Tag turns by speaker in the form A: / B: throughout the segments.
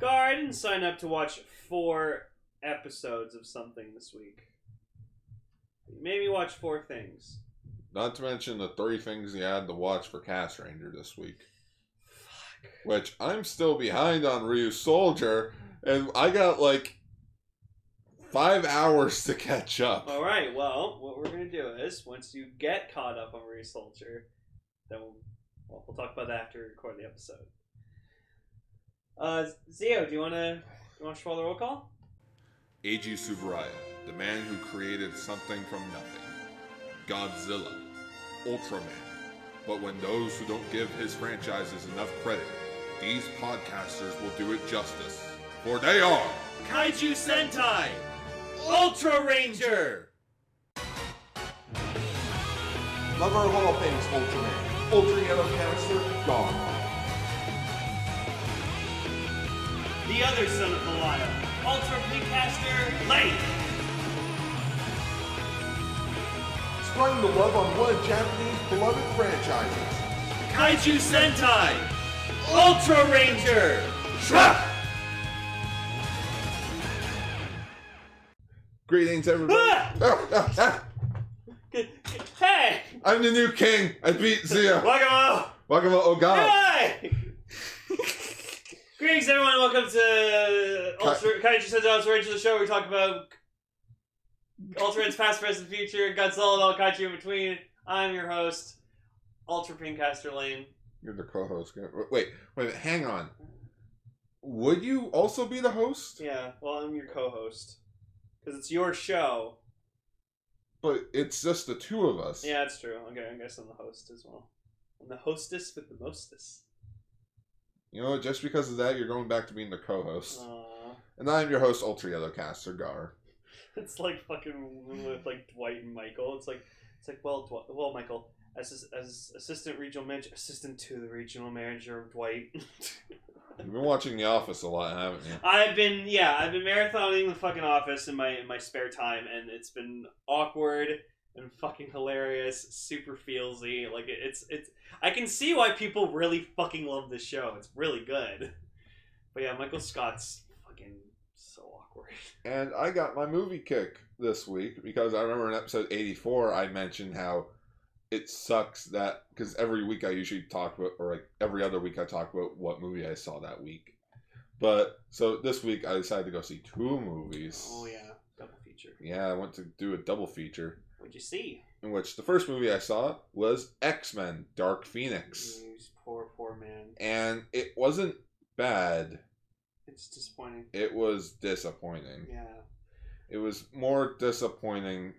A: Gar, I didn't sign up to watch four episodes of something this week. Maybe watch four things.
B: Not to mention the three things he had to watch for Cast Ranger this week. Which I'm still behind on Ryu Soldier, and I got like five hours to catch up.
A: All right. Well, what we're gonna do is once you get caught up on Marie Soldier, then we'll, well, we'll talk about that after we record the episode. Uh, Zio, do you wanna you wanna roll the roll call?
B: Eiji Subaraya, the man who created something from nothing. Godzilla, Ultraman. But when those who don't give his franchises enough credit, these podcasters will do it justice. For they are
C: Kaiju Sentai! Ultra Ranger!
D: Lover of all things Ultraman. Ultra Yellow Canister, gone.
C: The other son of Malaya, Ultra Pinkcaster Lake!
D: Spreading the love on one of Japanese beloved franchises.
C: Kaiju Sentai! Ultra Ranger!
B: Greetings, everybody.
A: Ah! Hey,
B: I'm the new king. I beat Zia.
A: welcome out.
B: Welcome, oh god.
A: Hey. Greetings, everyone. Welcome to
B: Ki-
A: Ultra Kaiju Sentai Ultra Ranger, the show where we talk about Ultraman's past, present, future, Godzilla, and all kaiju in between. I'm your host, Ultra Pincaster Lane.
B: You're the co-host. Wait, wait, a minute. hang on. Would you also be the host?
A: Yeah, well, I'm your co-host because it's your show.
B: But it's just the two of us.
A: Yeah, that's true. Okay, I guess I'm the host as well. I'm the hostess with the mostest.
B: You know, what? just because of that, you're going back to being the co-host.
A: Aww.
B: And I'm your host, Ultra Yellowcaster Gar.
A: It's like fucking with like Dwight and Michael. It's like it's like well, Dwight, well, Michael, as as assistant regional manager, assistant to the regional manager of Dwight.
B: You've been watching The Office a lot, haven't you?
A: I've been yeah, I've been marathoning the fucking office in my in my spare time, and it's been awkward and fucking hilarious, super feelsy. Like it, it's it's I can see why people really fucking love this show. It's really good. But yeah, Michael Scott's fucking so awkward.
B: And I got my movie kick this week because I remember in episode 84 I mentioned how it sucks that because every week I usually talk about or like every other week I talk about what movie I saw that week. But so this week I decided to go see two movies.
A: Oh yeah, double feature.
B: Yeah, I went to do a double feature
A: What'd you see?
B: in which the first movie I saw was X-Men Dark Phoenix.
A: He's poor, poor man.
B: And it wasn't bad.
A: It's disappointing.
B: It was disappointing.
A: Yeah.
B: It was more disappointing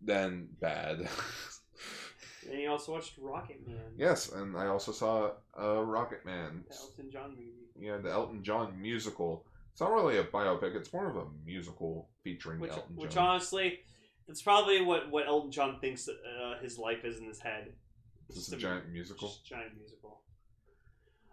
B: than bad.
A: And he also watched Rocket Man.
B: yes, and I also saw uh, Rocket Man.
A: The Elton John movie.
B: Yeah, the Elton John musical. It's not really a biopic. It's more of a musical featuring
A: which,
B: Elton
A: which
B: John.
A: honestly, it's probably what what Elton John thinks uh, his life is in his head.
B: It's just a giant musical.
A: Just a giant musical.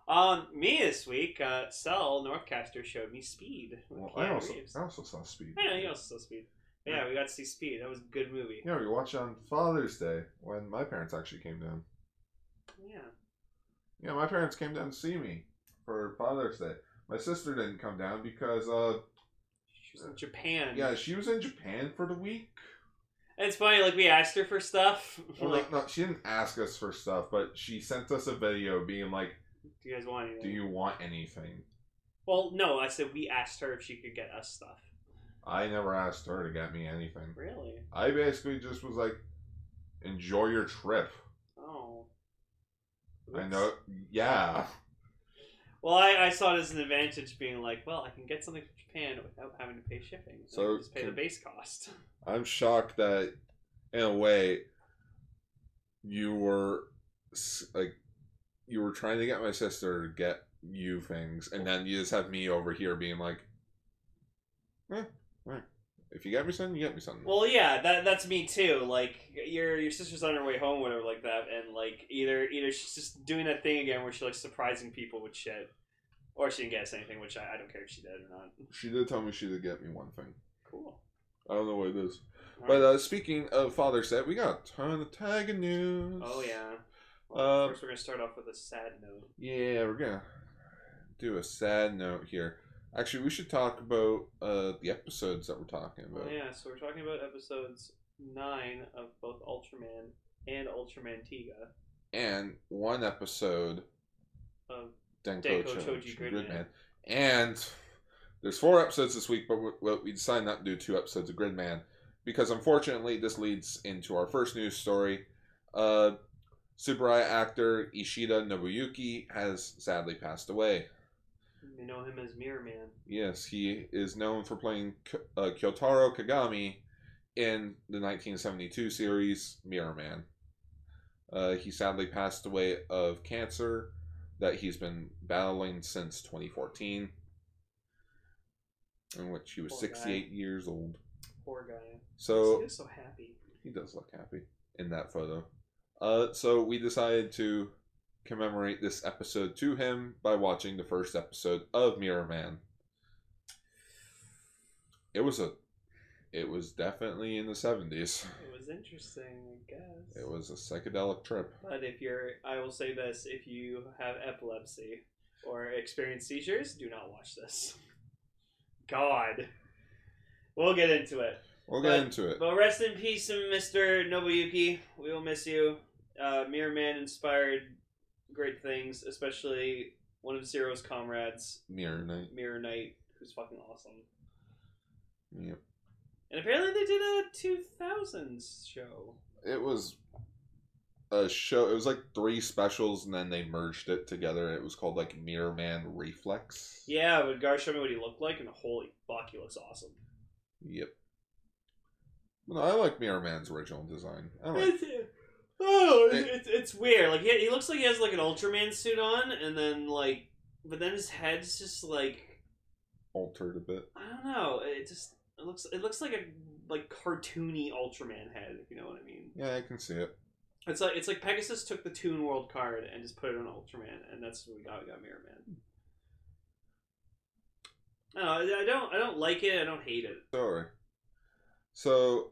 A: Um, me this week, uh, Cell Northcaster showed me Speed. with
B: Well, I
A: Keanu
B: also
A: Reeves.
B: I also saw Speed.
A: I know you also saw Speed. Yeah, we got to see Speed. That was a good movie.
B: Yeah, we watched it on Father's Day when my parents actually came down.
A: Yeah.
B: Yeah, my parents came down to see me for Father's Day. My sister didn't come down because uh
A: She was in Japan.
B: yeah, she was in Japan for the week.
A: And it's funny. Like we asked her for stuff. We're
B: Well,
A: like,
B: no, no, she didn't ask us for stuff, but she sent us a video being like,
A: do you guys want anything?
B: "Do you want anything?"
A: Well, no. I said we asked her if she could get us stuff.
B: I never asked her to get me anything.
A: Really?
B: I basically just was like, "Enjoy your trip."
A: Oh.
B: I
A: Oops.
B: know. Yeah,
A: Well, I, I saw it as an advantage being like, well, I can get something from Japan without having to pay shipping. So I
B: So
A: can just pay the
B: can-
A: base cost.
B: I'm shocked that, in a way, you were s- like, you were trying to get my sister to get you things, and then you just have me over here being like, eh, eh. "If you get me something, you get me something."
A: Well, yeah, that that's me too. Like your your sister's on her way home, whatever, like that, and like either either she's just doing that thing again where she like surprising people with shit, or she didn't get us anything, which I, I don't care if she did or not.
B: She did tell me she did get me one thing.
A: Cool.
B: I don't know what it is.
A: All
B: But
A: right.
B: uh, speaking of Father's Day, we got a ton of tag news.
A: oh yeah. Well,
B: uh,
A: first, we're gonna start off with a sad note.
B: Yeah, we're gonna do a sad note here. Actually, we should talk about uh, the episodes that we're talking about.
A: Well, yeah, so we're talking about episodes nine of both Ultraman and Ultraman Tiga
B: And one episode,
A: of
B: Denko,
A: Denko
B: Choji,
A: Choji Gridman.
B: Gridman. And there's four episodes this week, but we- we, we decided not to do two episodes of Gridman because unfortunately this leads into our first news story. Uh, Tsuburaya actor Ishida Nobuyuki has sadly passed away.
A: you know him as Mirror Man.
B: Yes, he is known for playing K- uh, Kyotaro Kagami in the 1972 series Mirror Man. Uh, he sadly passed away of cancer that he's been battling since 2014, in which he was
A: Poor guy.
B: 68 years old.
A: Poor guy.
B: So
A: he was so happy.
B: he does look happy in that photo. Uh, so we decided to commemorate this episode to him by watching the first episode of Mirror Man. It was a, it was definitely in the seventies.
A: It was interesting, I guess.
B: It was a psychedelic trip.
A: But if you're, I will say this: if you have epilepsy or experience seizures, do not watch this. God, we'll get into it.
B: We'll get
A: But-
B: into it.
A: But rest in peace, Mr. Nobuyuki. We will miss you. Uh, Mirror Man inspired great things, especially one of Zero's comrades,
B: Mirror Night.
A: Mirror Knight, who's fucking awesome.
B: Yep.
A: And apparently they did a 2000s show.
B: It was a show. It was like three specials, and then they merged it together. It was called like Mirror Man Reflex.
A: Yeah, but Gar showed me what he looked like, and holy fuck, he looks awesome.
B: Yep. No, I like Mirror Man's original design. I like
A: It's, oh, it's, it's, it's weird. Like he, he looks like he has like an Ultraman suit on, and then like, but then his head's just like
B: altered a bit.
A: I don't know. It just it looks it looks like a like cartoony Ultraman head, if you know what I mean.
B: Yeah, I can see it.
A: It's like it's like Pegasus took the Toon World card and just put it on Ultraman, and that's what we got. We got Mirror Man. I don't, know, I don't. I don't like it. I don't hate it.
B: Sorry. So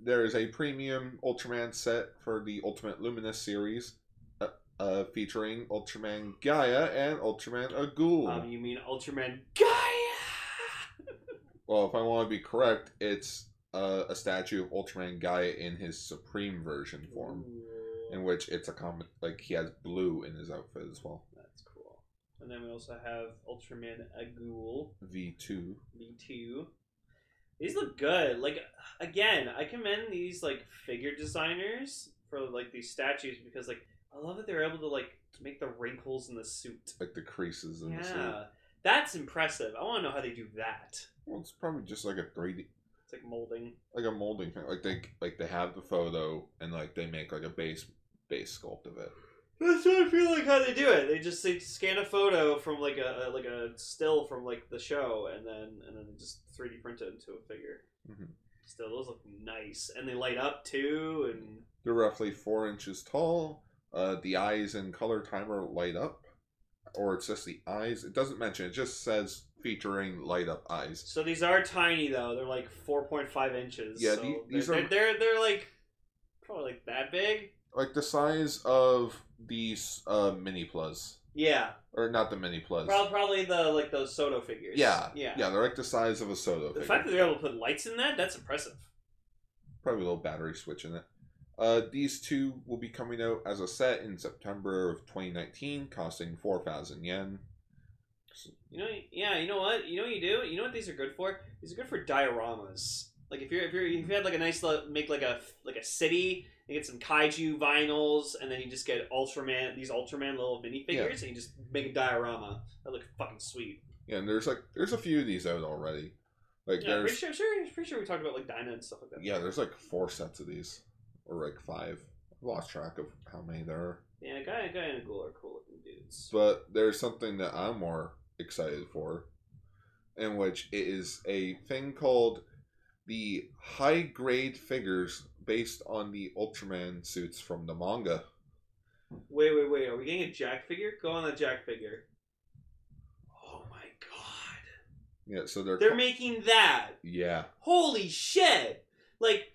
B: there is a premium Ultraman set for the Ultimate Luminous series, uh, uh, featuring Ultraman Gaia and Ultraman Agul.
A: Um, you mean Ultraman Gaia?
B: well, if I want to be correct, it's uh, a statue of Ultraman Gaia in his Supreme version form,
A: Ooh,
B: in which it's a common like he has blue in his outfit as well.
A: that's cool. And then we also have Ultraman Agul.
B: V two.
A: Me too. These look good. Like again, I commend these like figure designers for like these statues because like I love that they're able to like make the wrinkles in the suit.
B: Like the creases in the suit.
A: Yeah. That's impressive. I want to know how they do that.
B: Well, it's probably just like a three D,
A: It's like molding.
B: like a molding thing. Like they like they have the photo and like they make like a base base sculpt of it.
A: That's what I feel like how they do it. They just they scan a photo from like a like a still from like the show and then and then they just 3D print it into a figure.
B: Mhm.
A: Still, those look nice and they light up too and
B: They're roughly four inches tall. Uh, the eyes and color timer light up, or it's just the eyes. It doesn't mention. It just says featuring light up eyes.
A: So these are tiny though. They're like 4.5 inches.
B: Yeah,
A: so
B: the- these
A: they're,
B: are-
A: They're, they're they're like probably like that big.
B: Like the size of these uh, mini plus,
A: Yeah,
B: or not the mini plus.
A: probably, probably the like those Soto figures.
B: Yeah,
A: yeah.
B: yeah. They're like the size of a soda.
A: The
B: figure.
A: fact that they're able to put lights in that, that's impressive.
B: probably a little battery switch in it. Uh, these two will be coming out as a set in September of 2019, costing 4,000 yen.
A: You know, yeah. You know what? You know what you do. You know what these are good for? These are good for dioramas. Like if you're if you're if you had like a nice li- make like a like a city and get some kaiju vinyls and then you just get Ultraman these Ultraman little minifigures
B: Yeah.
A: and you just make a diorama that look fucking sweet.
B: Yeah, and there's like there's a few of these out already. Like
A: Yeah, pretty
B: there's
A: sure, sure, pretty sure we talked about like Dinah and stuff like that.
B: yeah, there's like four sets of these, or like five. I've lost track of how many there are.
A: yeah, guy, guy and Ghoul are cool looking dudes.
B: But there's something that I'm more excited for, in which it is a thing called the high grade figures based on the Ultraman suits from the manga.
A: Wait, wait, wait. Are we getting a Jack figure? Go on the Jack figure. Oh my god,
B: Yeah, so they're
A: they're making that.
B: yeah.
A: Holy shit! Like,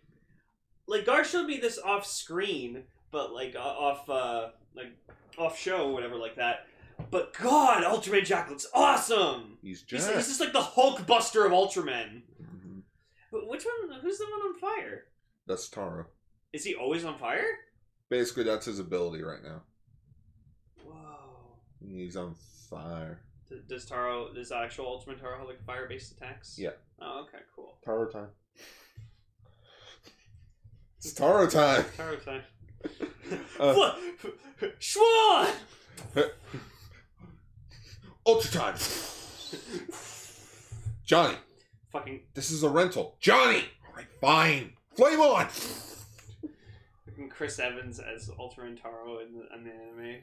A: like Gar showed me this off screen, but like o- off, uh, like off show, whatever, like that. But God, Ultraman Jack looks awesome.
B: He's
A: He's,
B: Jack.
A: he's just like the Hulk Buster of Ultraman.
B: Mhm.
A: Wh- Which one? Who's the one on fire?
B: That's Taro.
A: Is he always on fire?
B: Basically, that's his ability right now.
A: Whoa.
B: He's on fire.
A: D- Does Taro, does actual Ultraman Taro have like fire based attacks?
B: Yeah.
A: Oh, okay, cool.
B: Taro time. It's Taro time.
A: Taro time.
B: Uh.
A: What? Schwan!
B: Ultra time. Johnny,
A: Fucking,
B: this is a rental. Johnny. All right, fine. Flame on.
A: fucking Chris Evans as Ultraman Taro in the, in the anime.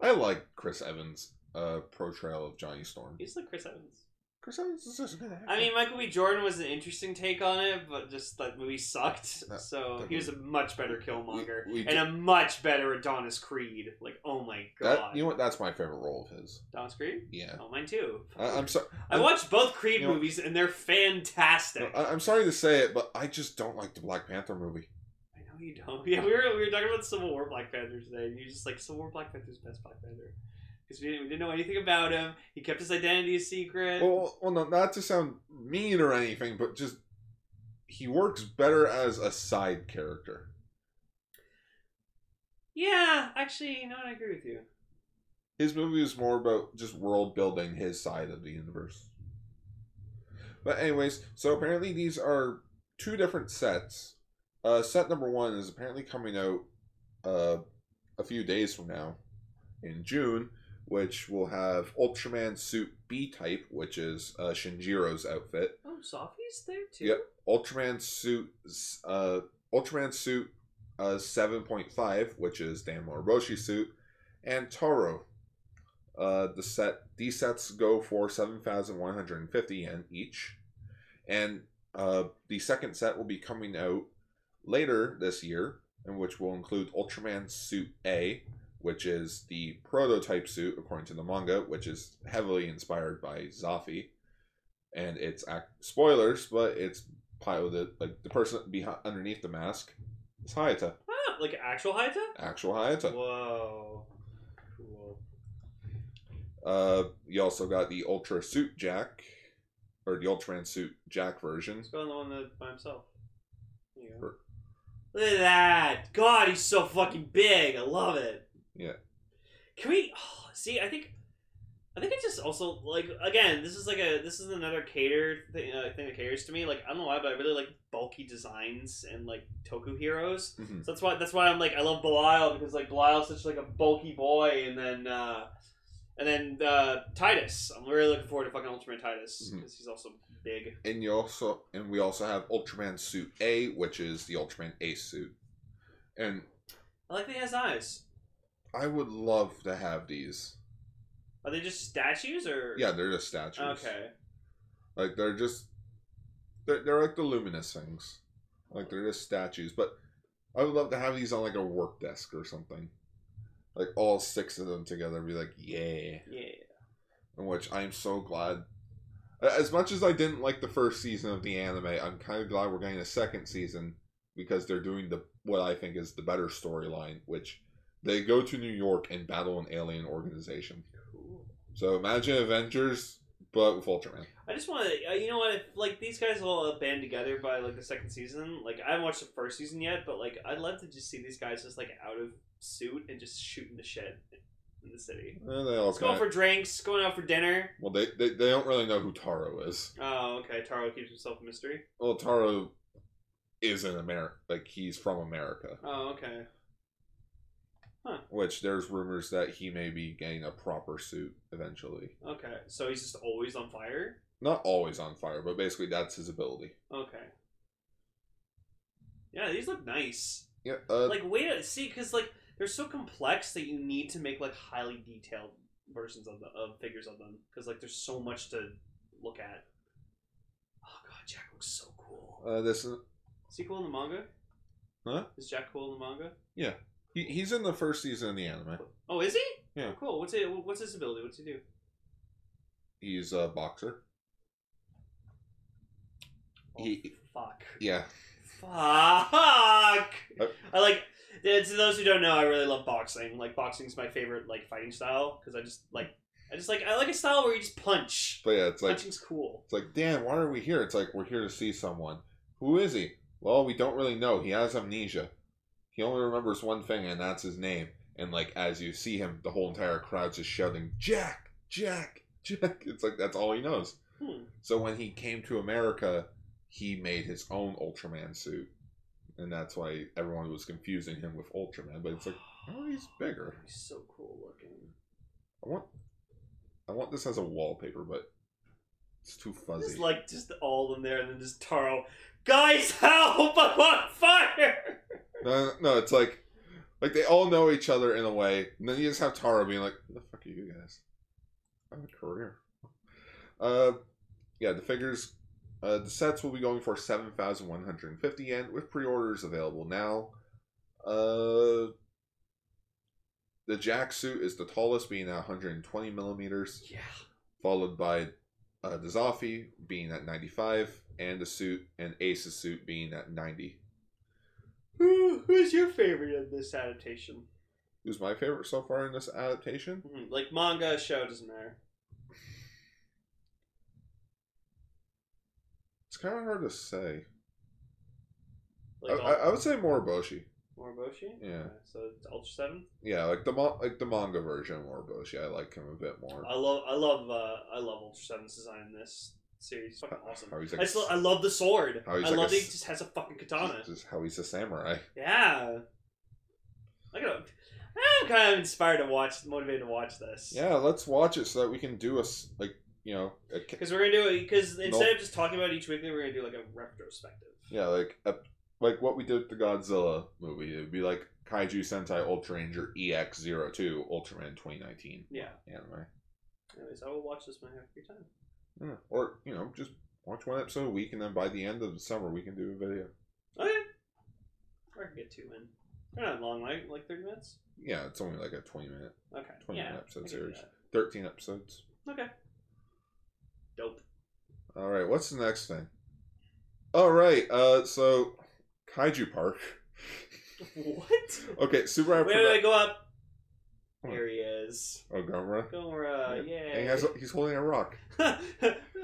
B: I like Chris Evans' uh, portrayal of Johnny Storm.
A: He's like Chris Evans.
B: Chris Evans is just a good actor.
A: I mean, Michael B. Jordan was an interesting take on it, but just that movie sucked.
B: That-
A: so
B: that
A: he was a much better Killmonger
B: We- we
A: and a much better Adonis Creed. Like, oh my god,
B: that, you know what? That's my favorite role of his.
A: Adonis Creed.
B: Yeah.
A: Oh, mine too.
B: I, I'm sorry.
A: I watched both Creed
B: Uh, you know-
A: movies and they're fantastic.
B: I, I'm sorry to say it, but I just don't like the Black Panther movie.
A: I know you don't. Yeah, we were we were talking about Civil War Black Panther today, and you're just like Civil War Black Panther's the best Black Panther because we didn't, we didn't know anything about him. He kept his identity a secret.
B: Well, well, no, not to sound mean or anything, but just he works better as a side character.
A: yeah, actually, you know what? I agree with you.
B: His movie is more about just world building his side of the universe. But anyways, so apparently these are two different sets. Uh, set number one is apparently coming out uh, a few days from now in June, which will have Ultraman suit B type, which is uh, Shinjiro's outfit.
A: Oh, Sophie's there too.
B: Yep. Ultraman suit, uh, Ultraman suit, uh, seven point five, which is Dan Moroboshi suit, and Taro. Uh, the set these sets go for seven thousand one hundred and fifty yen each, and uh, the second set will be coming out later this year, and which will include Ultraman suit A, which is the prototype suit according to the manga, which is heavily inspired by Zafi and it's ac spoilers, but it's piloted like the person behind underneath the mask is Hayata,
A: Ah, like actual Hayato?
B: actual Hayata.
A: Whoa. Cool.
B: Uh, you also got the Ultra Suit Jack, or the Ultraman Suit Jack version.
A: Let's go on the one that by himself. There you go.
B: Sure.
A: Look at that! God, he's so fucking big. I love it.
B: Yeah.
A: Can we oh, see? I think, I think it's just also like again. This is like a this is another catered thing, uh, thing that caters to me. Like I don't know why, but I really like bulky designs and like Toku heroes.
B: Mhm.
A: So that's why that's why I'm like I love Belial because like Belial's such like a bulky boy, and then uh and then uh Titus. I'm really looking forward to fucking Ultraman Titus
B: Mhm.
A: because he's also big.
B: And you also and we also have Ultraman Suit A, which is the Ultraman Ace suit. And
A: I like that he has eyes.
B: I would love to have these.
A: Are they just statues or?
B: Yeah, they're just statues.
A: Okay.
B: Like they're just they're, they're like the luminous things. Like they're just statues. But I would love to have these on like a work desk or something. Like all six of them together and be like, yeah.
A: Yeah.
B: In which I'm so glad. As much as I didn't like the first season of the anime, I'm kind of glad we're getting a second season because they're doing the what I think is the better storyline, which they go to New York and battle an alien organization.
A: Cool.
B: So imagine Avengers, but with Ultraman.
A: I just want to, you know what? If like these guys all band together by like the second season, like I haven't watched the first season yet, but like I'd love to just see these guys just like out of suit and just shooting the shit in the city.
B: And they all
A: Let's go
B: kinda-
A: for drinks, going out for dinner.
B: Well, they, they they don't really know who Taro is.
A: Oh, okay. Taro keeps himself a mystery.
B: Well, Taro is in America, like he's from America.
A: Oh, okay.
B: Which there's rumors that he may be getting a proper suit eventually.
A: Okay. So he's just always on fire.
B: Not always on fire, but basically that's his ability.
A: Okay. Yeah, these look nice.
B: Yeah. Uh,
A: like wait a see because like they're so complex that you need to make like highly detailed versions of the of figures of them because like there's so much to look at oh god jack looks so cool
B: uh, this is,
A: is he cool in the manga
B: Huh?
A: is jack cool in the manga
B: he, he's in the first season of the anime.
A: oh is he
B: Yeah.
A: cool what's it what's his ability what's he do
B: He's a boxer.
A: oh,
B: He-
A: fuck
B: Yeah.
A: Fuck.
B: Uh,
A: I like. yeah, To those who don't know, I really love boxing. Like boxing's my favorite like fighting style because I just like I just like I like a style where you just punch.
B: But yeah, it's like
A: Punching's cool.
B: it's like Dan, why are we here? It's like we're here to see someone. Who is he? Well, we don't really know. He has amnesia. He only remembers one thing, and that's his name. And like as you see him, the whole entire crowd's just shouting, "Jack, Jack, Jack!" It's like that's all he knows.
A: Hmm.
B: So when he came to America, he made his own Ultraman suit, and that's why everyone was confusing him with Ultraman. But it's like, oh, he's bigger.
A: He's so cool looking.
B: I want, I want this as a wallpaper, but it's too fuzzy.
A: Just like just all in there, and then just Taro. Guys, help! I'm on fire.
B: No, no, no, it's like, like they all know each other in a way. And then you just have Taro being like, "Who the fuck are you guys? I have a career." Uh, yeah, the figures, uh, the sets will be going for seven thousand one hundred and fifty yen with pre-orders available now. Uh, the Jack suit is the tallest, being at one hundred and twenty millimeters,
A: Yeah.
B: followed by uh, the Zafi being at ninety five, and the suit and Ace's suit being at ninety.
A: Who, who's your favorite in this adaptation?
B: Who's my favorite so far in this adaptation?
A: Hmm, Like manga, show doesn't matter.
B: It's kind of hard to say. I,
A: Like
B: Oh, I, I would say Moriboshi.
A: Moriboshi.
B: Yeah.
A: Okay, So it's Ultra Seven.
B: Yeah, like the mon- like the manga version of Moriboshi. I like him a bit more.
A: I love, I love, uh, I love Ultra Seven's design in this series. It's fucking awesome.
B: How he's
A: I,
B: like,
A: just, lo- I love the sword.
B: How he's
A: I
B: like
A: love
B: a
A: that he
B: s-
A: just has a fucking katana.
B: just, just how he's a samurai.
A: Yeah. I gotta, I'm kind of inspired to watch, motivated to watch this.
B: Yeah, let's watch it so that we can do a s- like you know a, ca-
A: Because we're gonna do it. Because instead
B: Nope.
A: of just talking about each weekly, we're gonna do like a retrospective.
B: yeah like a, like what we did with the Godzilla movie. It would be like Kaiju Sentai Ultra Ranger E EX 02 Ultraman 2019
A: Yeah.
B: anime,
A: Anyways, I will watch this when I have free time.
B: yeah. or you know just watch one episode a week and then by the end of the summer we can do a video.
A: Okay. Or I can get two in. They're not long, like like thirty minutes.
B: Yeah, it's only like a 20 minute
A: Okay.
B: 20
A: yeah.
B: minute episode
A: I can do
B: series,
A: that.
B: 13 episodes.
A: Okay. Dope.
B: All right, what's the next thing? All right, uh, so Kaiju Park.
A: What?
B: Okay, Super.
A: Wait, wait, wait, go up.
B: What?
A: Here he is.
B: Oh, Gomra.
A: Gomora,
B: And he
A: yay.
B: has, he's holding a rock.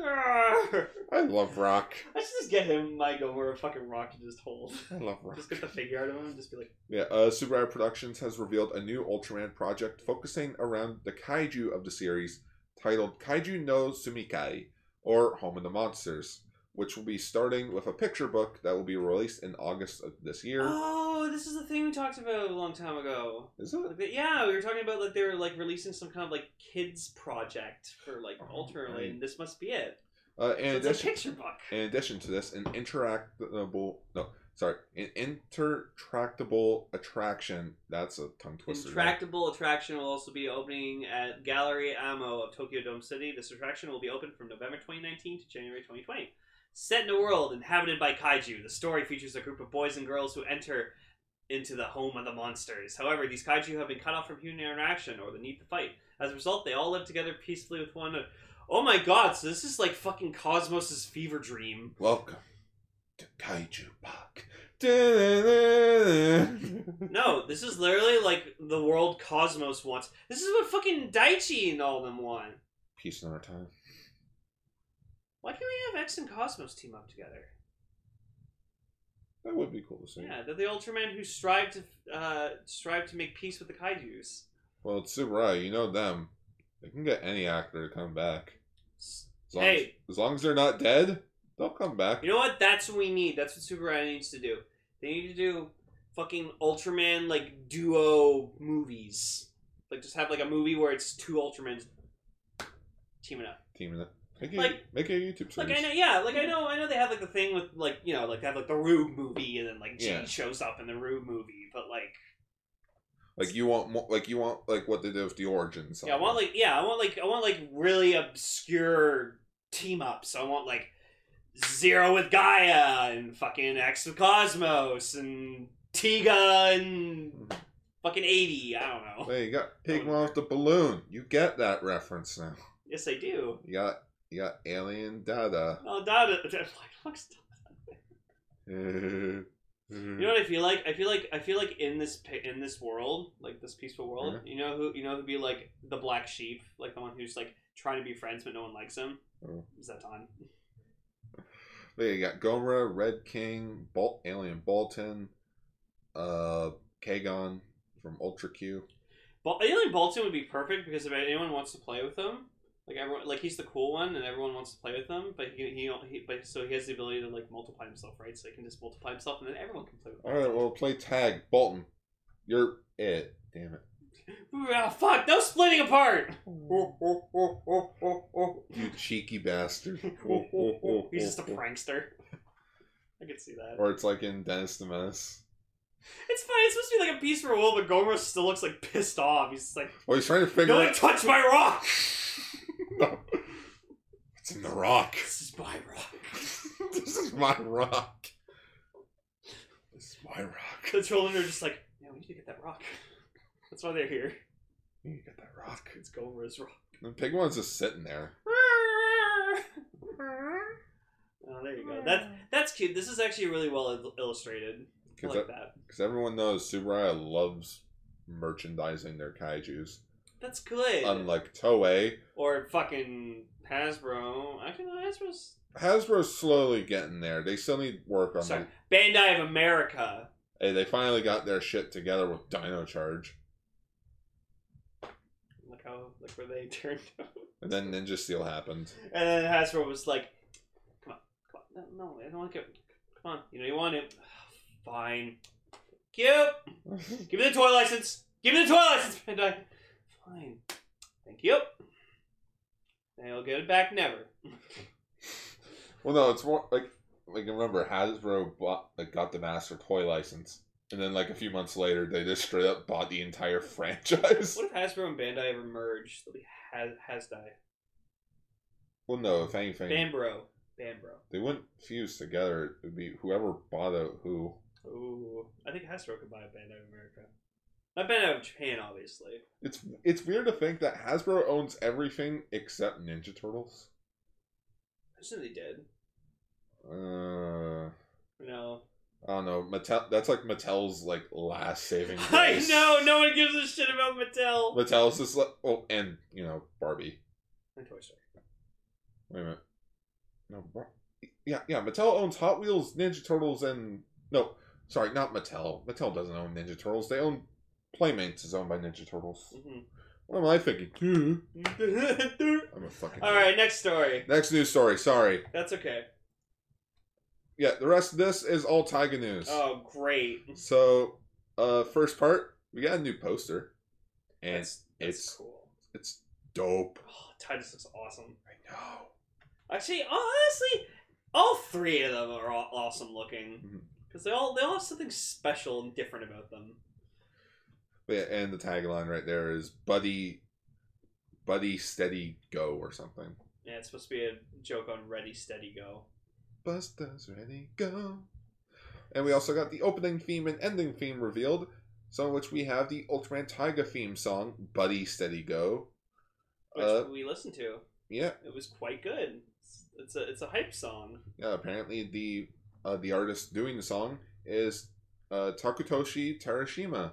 A: Arrgh.
B: I love rock.
A: I should just get him, my Gomora, fucking rock to just hold.
B: I love rock.
A: Just get the figure out of him and just be like,
B: Yeah, uh, Super Rare Productions has revealed a new Ultraman project focusing around the kaiju of the series titled Kaiju no Sumikai, or Home of the Monsters, which will be starting with a picture book that will be released in August of this year.
A: oh, this is the thing we talked about a long time ago.
B: Is it?
A: Like that- yeah, we were talking about like they were like releasing some kind of like kids project for like
B: Oh,
A: Ultra,
B: right.
A: and this must be it.
B: Uh,
A: So
B: in
A: it's a
B: addition,
A: picture book.
B: In addition to this, an interactable no, sorry, an intertractable attraction. That's a tongue twister.
A: Intractable attraction will also be opening at Gallery Ammo of Tokyo Dome City. This attraction will be open from November 2019 to January 2020. Set in a world inhabited by kaiju, the story features a group of boys and girls who enter into the home of the monsters. However, these kaiju have been cut off from human interaction or the need to fight. As a result, they all live together peacefully with one another. Oh my god, so this is like fucking Cosmos' fever dream.
B: Welcome to Kaiju Park. yeah,
A: No, this is literally like the world Cosmos wants. This is what fucking Daichi and all them want.
B: peace in our time.
A: Why can't we have X and Cosmos team up together?
B: That would be cool to see.
A: Yeah, they're the Ultraman who strive to uh, strive to make peace with the Kaiju's.
B: Well, it's Subaru. You know them. They can get any actor to come back. As long as,
A: Hey.
B: as long as they're not dead, they'll come back.
A: You know what? That's what we need. That's what Superman needs to do. They need to do fucking Ultraman like duo movies. Like just have like a movie where it's two Ultramans teaming up.
B: Teaming up. Make a,
A: Like-
B: make a YouTube series.
A: Like I know, yeah. Like I know, I know they have like the thing with like you know, like they have like the Rube movie, and then like G
B: Yeah.
A: shows up in the Rube movie. But like,
B: Like you want, mo- like you want, like what they did with the origin.
A: Yeah, I want like yeah, I want like I want like really obscure team ups. I want like Zero with Gaia and fucking X with Cosmos and Tiga and fucking eighty. I don't know.
B: There you go.
A: That
B: Pigma
A: would
B: off the balloon. You get that reference now.
A: Yes, I do.
B: You got you got Alien Dada.
A: Oh, Dada. Like, what's-
B: you
A: You know what I feel like? I feel like I feel like in this pi- in this world, like this peaceful world,
B: Yeah.
A: you know who you know who'd be like the black sheep, like the one who's like trying to be friends but no one likes him.
B: Oh.
A: Zetan.
B: Yeah, you got Gomra, Red King, Bolt, Alien Bolton, uh, Kagon from Ultra Q.
A: Bal- Alien Bolton would be perfect because if anyone wants to play with him, like everyone, like he's the cool one and everyone wants to play with him, but he he, he but so he has the ability to like multiply himself, right? So he can just multiply himself and then everyone can play with
B: All
A: him.
B: right, well, play tag Bolton. You're it. Damn it.
A: Ah, fuck! No splitting apart.
B: You cheeky bastard.
A: He's just a prankster. I could see that.
B: Or it's like in Dennis the Menace.
A: It's funny. It's supposed to be like a piece for a will, but Gomer still looks like pissed off. He's just like,
B: Oh, he's trying to figure
A: "No one
B: out
A: touched my rock.
B: what's in the rock.
A: This is my rock."
B: this is my rock. This is my rock.
A: the children are just like, "Yeah, we need to get that rock." That's why they're here.
B: You got that rock.
A: It's Gomer's rock.
B: The pig one's just sitting there.
A: Oh, there you go. That's that's cute. This is actually really well il- illustrated. I
B: Because
A: like that.
B: e-, everyone knows Subaraya loves merchandising their kaijus.
A: That's good.
B: Unlike Toei,
A: or fucking Hasbro. Actually, no, Hasbro's
B: Hasbro's slowly getting there. They still need work on
A: sorry,
B: that.
A: Bandai of America.
B: Hey, they finally got their shit together with Dino Charge.
A: Look how look where they turned. out.
B: And then Ninja Steel happened.
A: And then Hasbro was like, "Come on, come on, no, no, I don't want to get. Come on, you know you want it. Fine. Cute. Give me the toy license. Give me the toy license, Bandai. Fine. Thank you. And you'll get it back never.
B: Well, no, it's more like like remember Hasbro bought like got the master toy license, and then like a few months later, they just straight up bought the entire franchise.
A: What if Hasbro and Bandai ever merge? They'll be Has Hasdai.
B: Well, no, if anything,
A: Banbro. Banbro.
B: they wouldn't fuse together. It would be whoever bought it who.
A: Ooh. I think Hasbro could buy a Bandai of America. Not Bandai of Japan, obviously.
B: It's it's weird to think that Hasbro owns everything except Ninja Turtles.
A: I assume they did.
B: Uh,
A: No.
B: I don't know. Mattel. That's like Mattel's like last saving.
A: I
B: grace.
A: know! No one gives a shit about Mattel!
B: Mattel's just like oh, and you know Barbie.
A: And Toy Story.
B: Wait a minute. No, Bar- yeah, yeah. Mattel owns Hot Wheels, Ninja Turtles, and no, sorry, not Mattel. Mattel doesn't own Ninja Turtles. They own Playmates is owned by Ninja Turtles. What am I thinking? Hmm,
A: Mhm.
B: I'm a fucking.
A: Alright, next story.
B: Next news story. Sorry.
A: That's okay.
B: Yeah, the rest of this is all Tiger news.
A: Oh, great.
B: So, uh, first part, we got a new poster, and
A: That's, that's
B: it's-
A: cool.
B: it's dope.
A: Oh, Titus looks awesome.
B: I know.
A: Actually, honestly, all three of them are aw- awesome looking
B: Mhm.
A: because they all they all have something special and different about them.
B: But yeah, and the tagline right there is "Buddy, Buddy, Steady, Go" or something.
A: Yeah, it's supposed to be a joke on Ready Steady Go.
B: Busters ready go. And we also got the opening theme and ending theme revealed, some of which we have the Ultraman Taiga theme song, Buddy Steady Go.
A: Which
B: Uh,
A: we listened to.
B: Yeah,
A: It was quite good. It's, it's a it's a hype song.
B: yeah apparently the uh, the artist doing the song is uh, Takutoshi Terashima,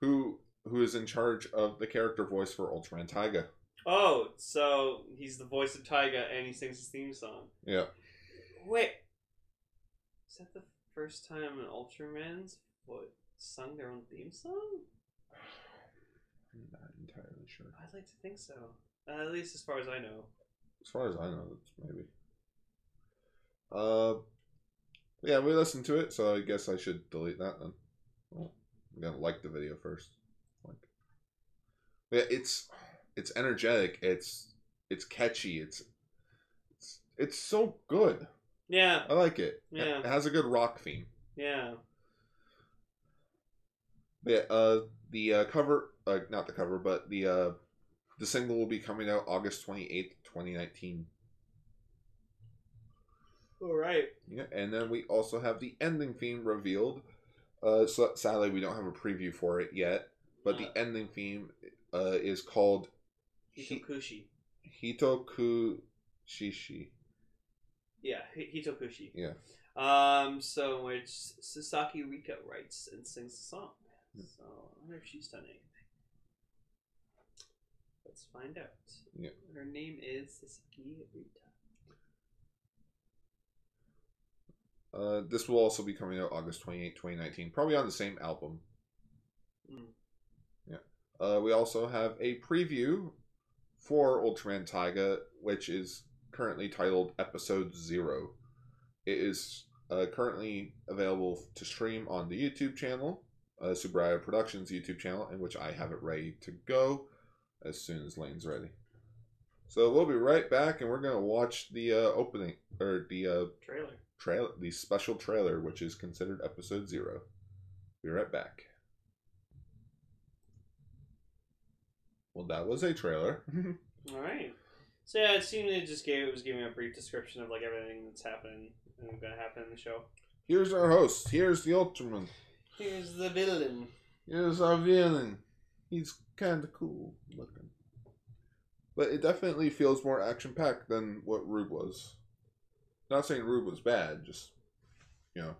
B: who who is in charge of the character voice for Ultraman Taiga.
A: Oh, so he's the voice of Tyga and he sings his theme song.
B: Yeah.
A: Wait, is that the first time an Ultraman's what sung their own theme song?
B: I'm not entirely sure.
A: I'd like to think so. Uh, at least as far as I know.
B: As far as I know, it's maybe. Uh, yeah, we listened to it, so I guess I should delete that then. Well, I'm gonna like the video first. Like, yeah, it's it's energetic. It's it's catchy. It's it's, it's so good.
A: Yeah,
B: I like it. It-
A: Yeah.
B: it has a good rock theme.
A: yeah.
B: Yeah, uh, the uh, cover, uh, not the cover, but the uh, the single will be coming out August twenty eighth, twenty nineteen.
A: All right.
B: Yeah, and then we also have the ending theme revealed. Uh, so sadly, we don't have a preview for it yet, but
A: Uh.
B: the ending theme uh, is called Hi-
A: Hitokushi.
B: Hitoku Shishi.
A: Yeah, Hi- Hitokushi.
B: Yeah.
A: Um, so which Sasaki Riko writes and sings the song.
B: Hmm.
A: So I wonder if she's done anything. Let's find out.
B: Yeah.
A: Her name is Sasaki Rita.
B: Uh, this will also be coming out August 28, 2019, probably on the same album.
A: Mm.
B: Yeah. Uh, we also have a preview for Ultraman Taiga, which is currently titled Episode Zero. It is uh, currently available to stream on the YouTube channel, uh, Subraya Productions YouTube channel, in which I have it ready to go as soon as Lane's ready. So we'll be right back, and we're gonna watch the uh, opening or the uh,
A: Trailer.
B: trailer, the special trailer, which is considered episode zero. Be right back. Well, that was a trailer.
A: All right. So yeah, it seemed it just gave it was giving a brief description of like everything that's happening and gonna happen in the show.
B: Here's our host. Here's the Ultraman.
A: Here's the villain.
B: Here's our villain. He's kind of cool looking. But it definitely feels more action packed than what Rube was. Not saying Rube was bad, just, you know,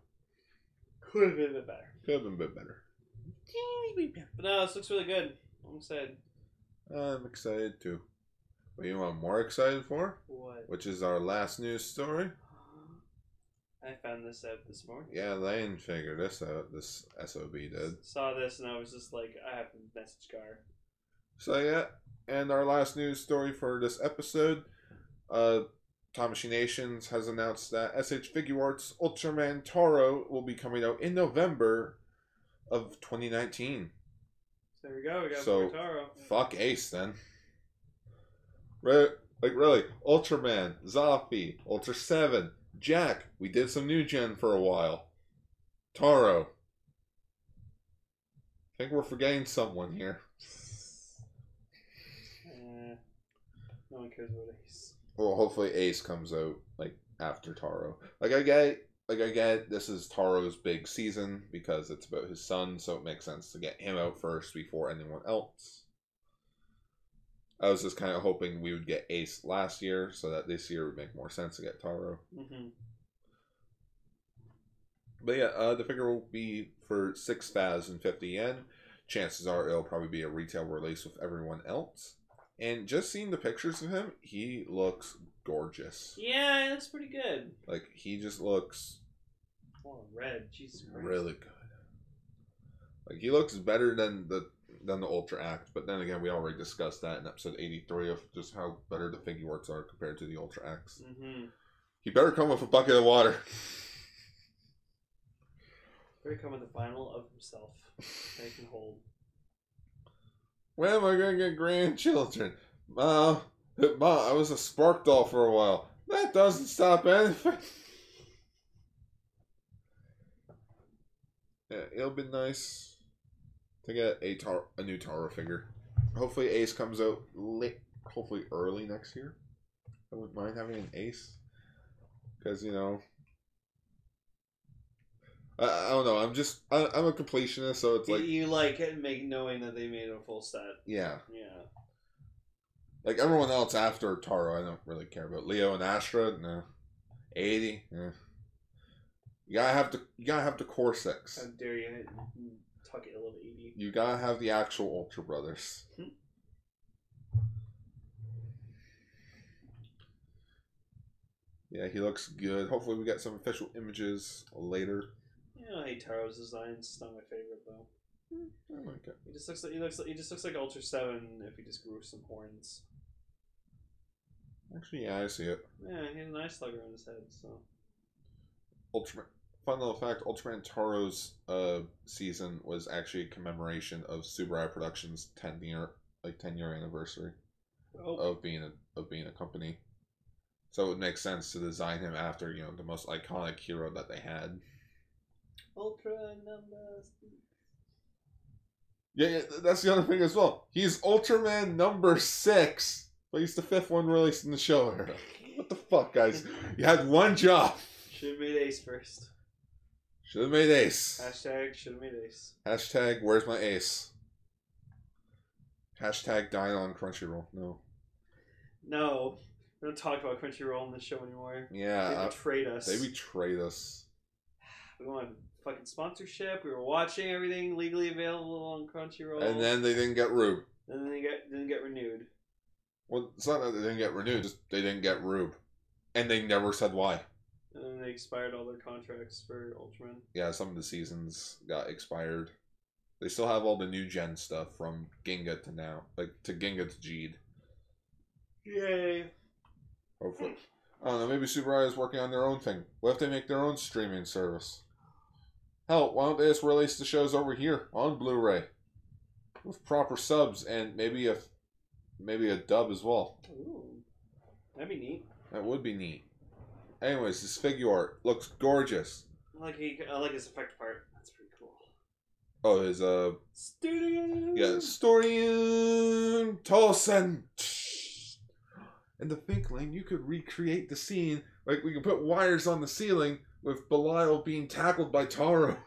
A: Could have been a bit better.
B: could have been a bit better.
A: But no, this looks really good. I'm excited.
B: I'm excited too. What you want more excited for?
A: What?
B: Which is our last news story.
A: I found this out this morning.
B: Yeah, Lane figured this out. This SOB did.
A: Saw this and I was just like, I have to message Gar.
B: So yeah, and our last news story for this episode, uh, Time Machine Nations has announced that SH Figure Arts Ultraman Toro will be coming out in November of 2019.
A: So there we go. We got
B: So-
A: Portaro.
B: Fuck Ace then. Re- like really, Ultraman, Zoffy, Ultra Seven, Jack. We did some new gen for a while. Taro. I think we're forgetting someone here.
A: Uh, no one cares about Ace.
B: Well, hopefully Ace comes out like after Taro. Like I get, like I get, this is Taro's big season because it's about his son, so it makes sense to get him out first before anyone else. I was just kind of hoping we would get Ace last year, so that this year would make more sense to get Taro.
A: Mm-hmm.
B: But yeah, uh, the figure will be for six thousand fifty yen. Chances are it'll probably be a retail release with everyone else. And just seeing the pictures of him, he looks gorgeous.
A: Yeah, it looks pretty good.
B: Like he just looks
A: Oh, red. Jesus Christ.
B: really good. Like he looks better than the than the Ultra Act, but then again, we already discussed that in episode eighty three of just how better the figure arts are compared to the Ultra Acts.
A: Mm-hmm.
B: He better come with a bucket of water.
A: Better come with the final of himself. that he can hold.
B: When am I gonna get grandchildren? Mom, mom, I was a spark doll for a while. That doesn't stop anything. Yeah, it'll be nice to get a tar- a new Taro figure. Hopefully, Ace comes out late. Hopefully, early next year. I wouldn't mind having an Ace because you know. I, I don't know. I'm just I, I'm a completionist, so it's like
A: you like it, make knowing that they made a full set.
B: yeah.
A: Yeah.
B: Like everyone else after Taro, I don't really care about Leo and Astra. No, eighty. eh. You gotta have the you gotta have the core six.
A: How dare you tuck it a little eighty.
B: You gotta have the actual Ultra Brothers.
A: Hmm.
B: Yeah, he looks good. Hopefully, we get some official images later.
A: You know, I hate Taro's design. It's not my favorite though.
B: I like it.
A: He just looks like he looks like he just looks like Ultra Seven if he just grew some horns.
B: Actually, yeah, I see it.
A: Yeah, he had an eye slugger on his head. So
B: Ultraman. Fun little fact: Ultraman Taro's uh, season was actually a commemoration of Subaru Productions' ten year, like ten year anniversary
A: oh,
B: of being a of being a company. So it would make sense to design him after you know the most iconic hero that they had.
A: Ultra numbers.
B: Yeah, yeah th- that's the other thing as well. He's Ultraman number six, but he's the fifth one released in the show era. What the fuck, guys? You had one job.
A: Should have made Ace first.
B: Should have made Ace.
A: Hashtag should have made Ace.
B: Hashtag where's my ace? Hashtag dying on Crunchyroll. No.
A: No, we don't talk about Crunchyroll on the show anymore.
B: Yeah.
A: they
B: uh,
A: betrayed us.
B: they betrayed us.
A: we wanted fucking sponsorship. We were watching everything legally available on Crunchyroll.
B: And then they didn't get Rube.
A: and then they got didn't get renewed.
B: Well, it's not that they didn't get renewed, just they didn't get Rube. And they never said why.
A: And then they expired all their contracts for Ultraman.
B: Yeah, some of the seasons got expired. They still have all the new gen stuff from Ginga to now. Like, to Ginga to Jeed,
A: Yay!
B: hopefully. I don't know, maybe Subaraya is working on their own thing. What if they make their own streaming service? Hell, why don't they just release the shows over here on Blu ray? With proper subs and maybe a, maybe a dub as well.
A: Ooh, that'd be neat.
B: That would be neat. Anyways, this figure art looks gorgeous.
A: I like he, I like his effect part. That's pretty cool.
B: Oh, there's a
A: Studio.
B: yeah, Storian Tolson. In the Pink Lane, you could recreate the scene. Like we can put wires on the ceiling with Belial being tackled by Taro.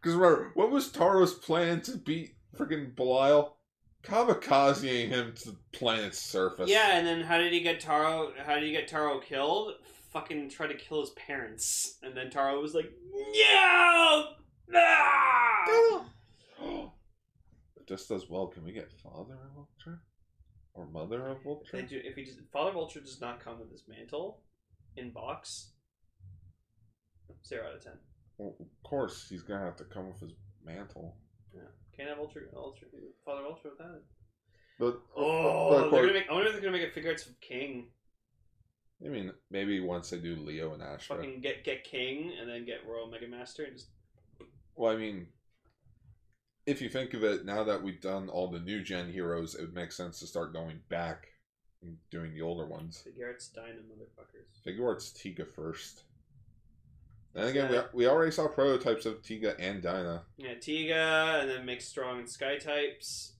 B: Because remember, what was Taro's plan to beat freaking Belial? Kamikazing him to the planet's surface.
A: Yeah, and then how did he get Taro? How did he get Taro killed? Fucking try to kill his parents, and then Taro was like, "No, no!"
B: If this does well, can we get father of Ultra? Or mother of
A: If they
B: Ultra?
A: do, if he does, Father Vulture does not come with his mantle in box, zero out of ten.
B: Well, of course, he's gonna have to come with his mantle.
A: Yeah, can't have Ultra, Ultra Father Vulture without it.
B: But but
A: Oh,
B: of
A: they're
B: course,
A: gonna make. I wonder if they're gonna make a figure arts of King.
B: I mean, maybe once they do Leo and Astra.
A: Fucking get get King, and then get Royal Mega Master, and just
B: Well, I mean, if you think of it, now that we've done all the new gen heroes, it would make sense to start going back and doing the older ones.
A: figure arts Dyna motherfuckers.
B: Figure arts Tiga first. And again, we, we already saw prototypes of Tiga and Dinah.
A: Yeah, Tiga, and then make strong and Sky types.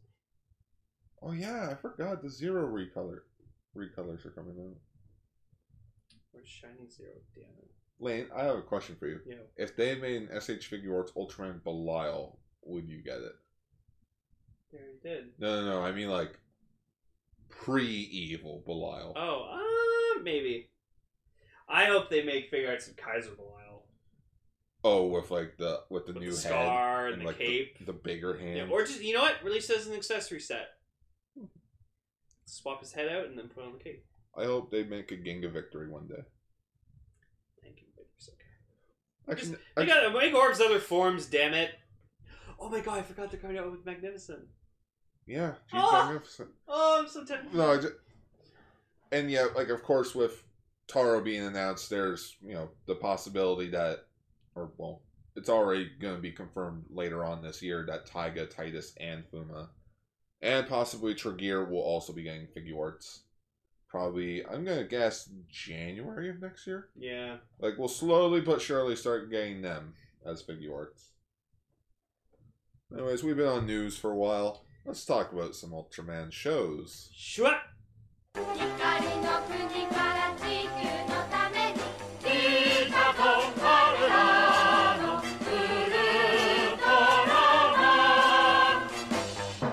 B: Oh yeah, I forgot the zero recolor recolors are coming out.
A: Or Shining Zero, damn it.
B: Lane, I have a question for you.
A: You know,
B: If they made an SH figure arts Ultraman Belial, would you get it?
A: they already did.
B: No, no, no. I mean like pre-evil Belial.
A: Oh, uh, maybe. I hope they make figure arts of Kaiser Belial.
B: oh, with like the with the
A: With
B: new
A: the
B: head
A: scar and, the
B: like
A: cape.
B: the, bigger hand.
A: Yeah, or just, you know what? Release it as an accessory set. Swap his head out and then put on the cape.
B: I hope they make a Ginga victory one day.
A: Thank you, but it's okay.
B: Actually,
A: They
B: actually-
A: got make orbs other forms, damn it. Oh my god, I forgot to come out with Magnificent.
B: yeah, she's
A: Ah!
B: magnificent.
A: Oh, I'm so tempted.
B: No, I just, and yeah, like of course with Taro being announced, there's you know the possibility that, or well, it's already going to be confirmed later on this year that Taiga, Titus, and Fuma, and possibly Tregear will also be getting figure arts. Probably, I'm going to guess January of next year.
A: Yeah.
B: Like we'll slowly but surely start getting them as figure arts. Anyways, we've been on news for a while. Let's talk about some Ultraman shows.
A: Shut
E: 光の国から地球のために」「ピカポルラのウルトラマン」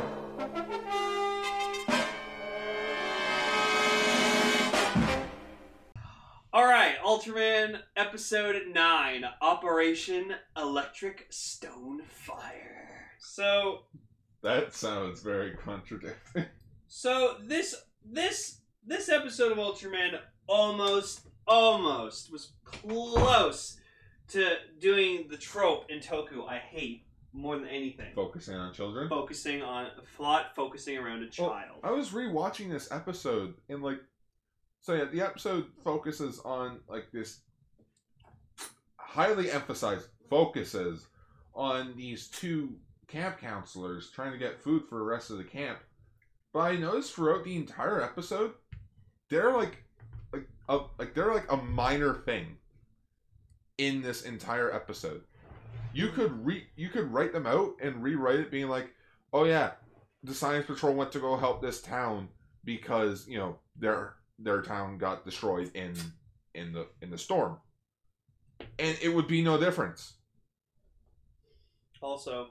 A: All right, Ultraman episode 9, Operation Electric Stone Fire. So,
B: That sounds very contradicting.
A: so this this this episode of Ultraman almost almost was close to doing the trope in Toku I hate more than anything.
B: Focusing on children.
A: Focusing on a plot focusing around a child.
B: I was rewatching this episode and like, so yeah, the episode focuses on like this highly emphasized focuses on these two camp counselors trying to get food for the rest of the camp. But I noticed throughout the entire episode, they're like, like a like they're like a minor thing in this entire episode. You could re you could write them out and rewrite it, being like, oh yeah, the science patrol went to go help this town because you know their their town got destroyed in in the in the storm and it would be no difference
A: Also,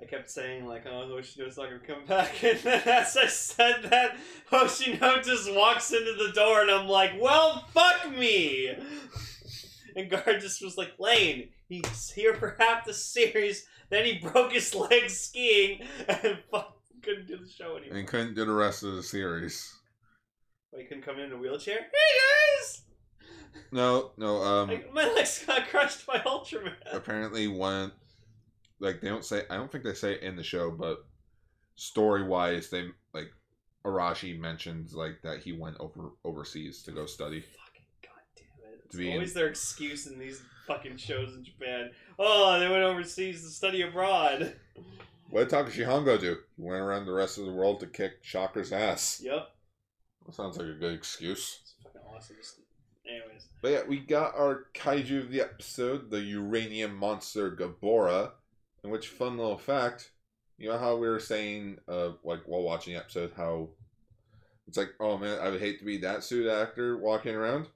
A: I kept saying like, "Oh, Hoshino's not gonna come back," and then as I said that, Hoshino just walks into the door, and I'm like, "Well, fuck me." and Gar just was like, Lane, he's here for half the series. Then he broke his leg skiing and fucking couldn't do the show anymore.
B: and couldn't do the rest of the series.
A: Well, he couldn't come in in a wheelchair. Hey guys,
B: No, no. Um,
A: like, my legs got crushed by Ultraman.
B: apparently one, like they don't say. I don't think they say it in the show, but story wise, they like Arashi mentions like that he went over overseas to go study.
A: Fucking goddamn it! It's
B: To be in-
A: always their excuse in these fucking shows in Japan. Oh, they went overseas to study abroad.
B: What did Takashi Hongo do? He went around the rest of the world to kick Shocker's ass.
A: Yep,
B: That sounds like a good excuse.
A: it's fucking awesome. Just- Anyways,
B: But yeah, we got our kaiju of the episode, the uranium monster Gabora. And which fun little fact, you know how we were saying, uh, like while watching the episode, how it's like, oh man, I would hate to be that suit actor walking around.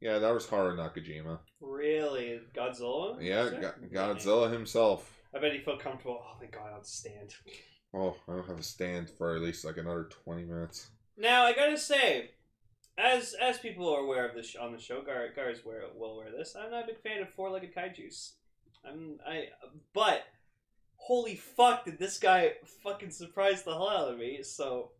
B: Yeah, that was Haru Nakajima.
A: really, Godzilla?
B: Yeah,
A: Sure.
B: Go- Godzilla himself.
A: I bet he felt comfortable. Oh, thank God, I'll stand.
B: Oh, I don't have a stand for at least like another twenty minutes.
A: Now I gotta say, as as people are aware of this sh- on the show, Gar Gar is aware, well aware of this. I'm not a big fan of four legged kaiju's. I'm I, but holy fuck, did this guy fucking surprise the hell out of me? So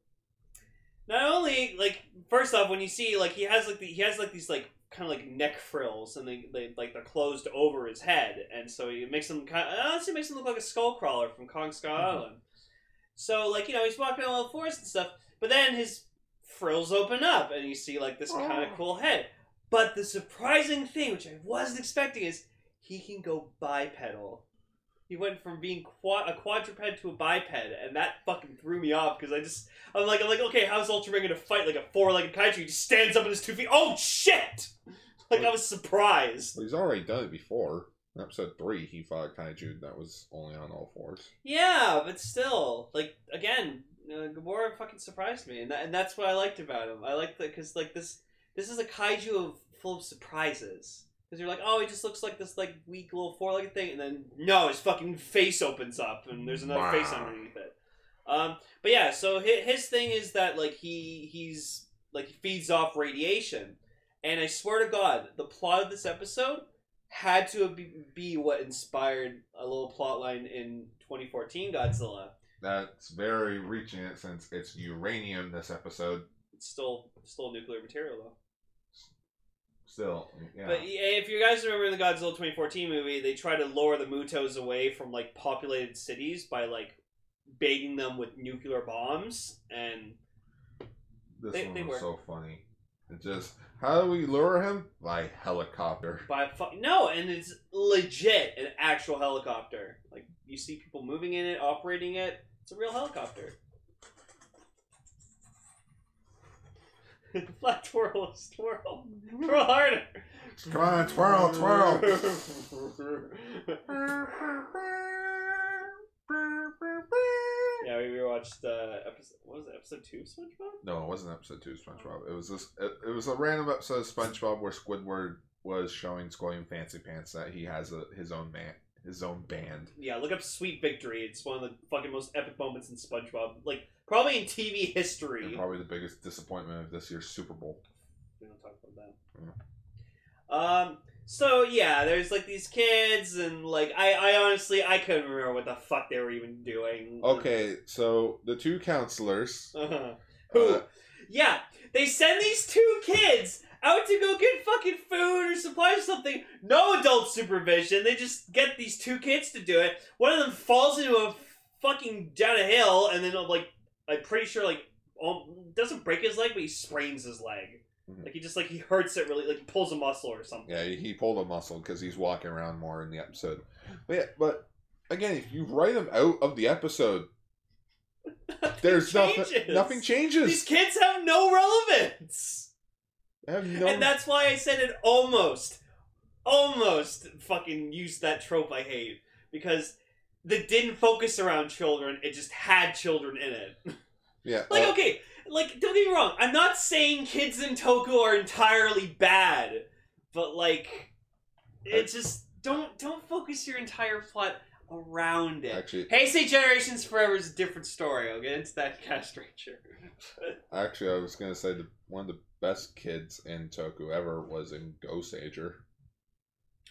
A: not only like first off, when you see like he has like the, he has like these like kind of like neck frills and they, they like they're closed over his head, and so it makes him kind of, honestly it makes him look like a skull crawler from Kong Skull Island. So like you know he's walking on all fours and stuff, but then his frills open up and you see like this kind of cool head. But the surprising thing, which I wasn't expecting, is he can go bipedal. He went from being qua a quadruped to a biped, and that fucking threw me off because I just I'm like I'm like okay, how's Ultraman gonna fight like a four-legged kaiju? He just stands up on his two feet. Oh shit! Like I was surprised.
B: Well, he's already done it before. In episode three, he fought a kaiju that was only on all fours.
A: Yeah, but still, like again, uh, Gamora fucking surprised me, and, that, and that's what I liked about him. I liked that because like this this is a kaiju of full of surprises. Because you're like, oh, he just looks like this like weak little four legged thing, and then no, his fucking face opens up, and there's another
B: Wow.
A: face underneath it. Um, but yeah, so his, his thing is that like he he's like he feeds off radiation, and I swear to God, the plot of this episode had to be, be what inspired a little plot line in 2014 Godzilla.
B: That's very reaching it since it's uranium this episode.
A: It's still still nuclear material though.
B: Still, yeah.
A: But yeah, if you guys remember in the Godzilla 2014 movie, they try to lure the Mutos away from like populated cities by like baiting them with nuclear bombs, and
B: this
A: they-
B: one
A: they
B: was
A: were.
B: so funny. It just how do we lure him by helicopter?
A: by fu- no, and it's legit an actual helicopter. Like you see people moving in it, operating it. It's a real helicopter. Flat twirl, twirl, twirl harder.
B: Come on, twirl, twirl.
A: yeah, we rewatched uh, episode. What was it? Episode two of SpongeBob.
B: No, it wasn't episode two of SpongeBob. It was this. It, it was a random episode of SpongeBob where Squidward was showing Squilliam Fancy Pants that he has a, his own man, his own band.
A: Yeah, look up "Sweet Victory." It's one of the fucking most epic moments in SpongeBob, like probably in TV history.
B: And probably the biggest disappointment of this year's Super Bowl.
A: We don't talk about that. Um. So yeah, there's like these kids, and like I, I honestly, I couldn't remember what the fuck they were even doing.
B: Okay, so the two counselors.
A: Uh-huh. Who?
B: uh,
A: yeah, they send these two kids out to go get fucking food or supplies or something. No adult supervision. They just get these two kids to do it. One of them falls into a fucking down a hill, and then like I'm pretty sure like um, doesn't break his leg, but he sprains his leg.
B: Mhm.
A: Like he just like he hurts it really, like he pulls a muscle or something.
B: Yeah, he- he pulled a muscle because he's walking around more in the episode. But yeah, but again, if you write him out of the episode, there's
A: changes.
B: nothing. Nothing changes.
A: These kids have no relevance.
B: I have no.
A: And that's why I said it almost, almost fucking used that trope I hate. Because that didn't focus around children, it just had children in it.
B: yeah.
A: Like,
B: uh,
A: okay, like, don't get me wrong, I'm not saying kids in Toku are entirely bad, but like, it just, don't, don't focus your entire plot around it.
B: Actually,
A: Heisei Generations Forever is a different story. I'll get into that cast ranger.
B: actually, I was gonna say the, one of the best kids in Toku ever was in Ghost Ager.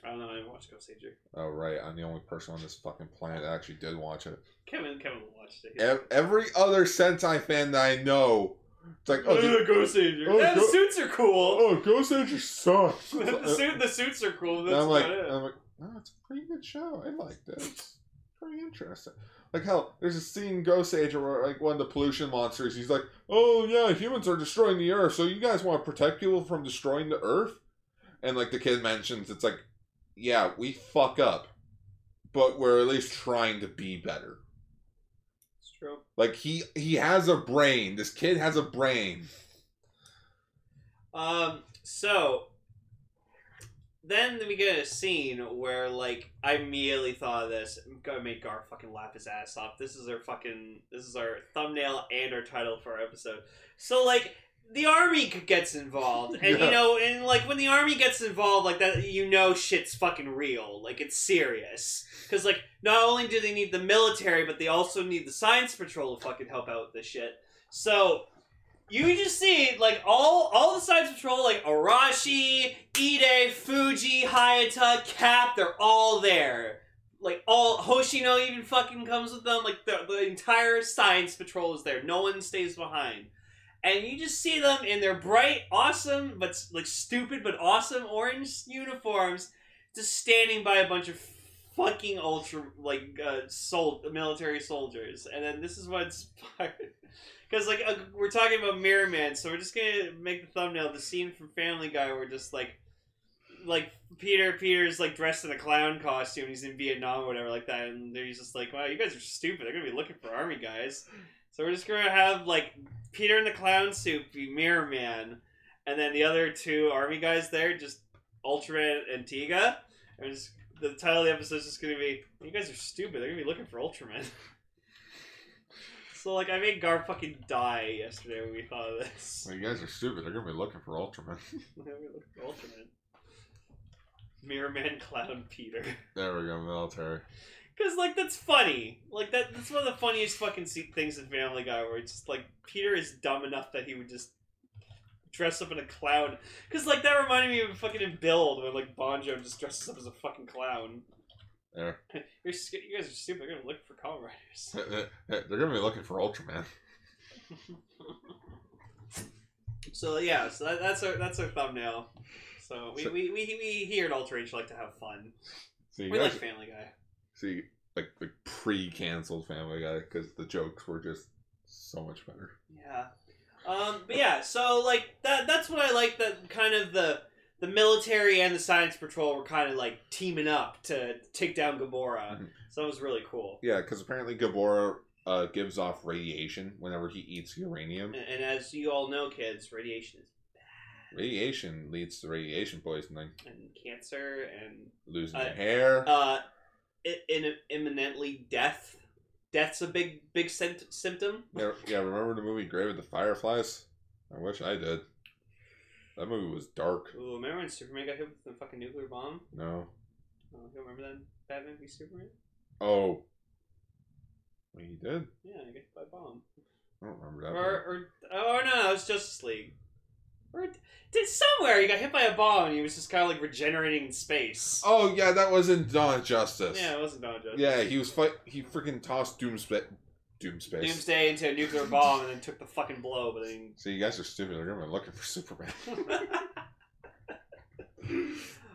A: I don't know. I haven't watched Ghost Ranger.
B: Oh right, I'm the only person on this fucking planet that actually did watch it.
A: Kevin, Kevin watched it.
B: Ev- Every other Sentai fan that I know, it's like, oh,
A: Uh,
B: dude,
A: Ghost Ranger.
B: oh,
A: Yeah, the
B: Go-
A: suits are cool.
B: oh Ghost Ranger sucks.
A: the, suit, the suits are cool.
B: And
A: That's
B: I'm like, uh,
A: about it.
B: I'm like, no, it's a pretty good show. I liked it. It's pretty interesting. Like hell, there's a scene in Ghost Age where like one of the pollution monsters, he's like, oh yeah, humans are destroying the earth, so you guys want to protect people from destroying the earth? And like the kid mentions, it's like, yeah, we fuck up, but we're at least trying to be better.
A: it's true.
B: Like he he has a brain. This kid has a brain.
A: Um, so then we get a scene where like I immediately thought of this. I'm gonna make Gar fucking laugh his ass off. This is our fucking this is our thumbnail and our title for our episode. So like the army g- gets involved, and
B: Yeah.
A: you know, and like when the army gets involved like that, you know shit's fucking real. Like it's serious. Because like not only do they need the military, but they also need the science patrol to fucking help out with this shit. So you just see like all all the sides patrol like Arashi, Ide, Fuji, Hayata, Cap, they're all there. Like all Hoshino even fucking comes with them. Like the, the entire science patrol is there. No one stays behind. And you just see them in their bright, awesome, but s- like stupid but awesome orange uniforms, just standing by a bunch of fucking ultra like uh, sol- military soldiers. And then this is what inspired because like uh, we're talking about Mirror Man, so we're just gonna make the thumbnail the scene from Family Guy where just like like Peter Peter's like dressed in a clown costume, he's in Vietnam or whatever like that, and they're just like, wow, you guys are stupid. They're gonna be looking for army guys. So we're just gonna have like Peter in the clown suit be Mirror Man, and then the other two army guys there just Ultraman and Tiga, and just. The title of the episode is just going to be, "You guys are stupid. They're going to be looking for Ultraman." So like I made Gar fucking die yesterday when we thought of this.
B: Well, you guys are stupid. They're gonna be looking for Ultraman.
A: Let me look at Ultraman. Mirror Man Clown Peter.
B: there we go, military.
A: Cause like that's funny. Like that that's one of the funniest fucking se- things in Family Guy where it's just like Peter is dumb enough that he would just dress up in a clown. Cause like that reminded me of fucking in Build when like Bonjo just dresses up as a fucking clown.
B: There.
A: You're sc- you guys are stupid. They're gonna look for Kamen Riders.
B: They- they- They're gonna be looking for Ultraman.
A: So yeah, so that, that's our that's our thumbnail. So we,
B: So-
A: we, we, we here at Alter Age like to have fun.
B: So you
A: We like
B: guys,
A: Family Guy.
B: see, like like pre-canceled Family Guy because the jokes were just so much better.
A: Yeah. Um, but yeah, so like that that's what I like that kind of the the military and the science patrol were kind of like teaming up to take down Gamora.
B: Mhm.
A: So that was really cool.
B: Yeah, because apparently Gabora uh, gives off radiation whenever he eats uranium.
A: And, and as you all know, kids, radiation is
B: Radiation leads to radiation poisoning,
A: and cancer and
B: losing
A: Uh,
B: your hair.
A: uh, i- in imminently death. Death's a big big sent- symptom.
B: yeah, yeah, remember the movie Grave of the Fireflies? I wish I did. That movie was dark.
A: Ooh, remember when Superman got hit with the fucking nuclear bomb?
B: No.
A: Oh, you don't remember that Batman v Superman?
B: Oh. He did?
A: Yeah, I got hit by a bomb.
B: I don't remember that.
A: Or,
B: one.
A: or, oh no, no, it was Justice League. Or did somewhere he got hit by a bomb and he was just kind of like regenerating in space.
B: Oh yeah, that was in Dawn of Justice.
A: yeah, it wasn't Dawn of Justice.
B: Yeah, he was fight. He freaking tossed Doomspa- Doomspace.
A: Doomsday into a nuclear bomb and then took the fucking blow, but then.
B: So you guys are stupid. They're gonna be looking for Superman.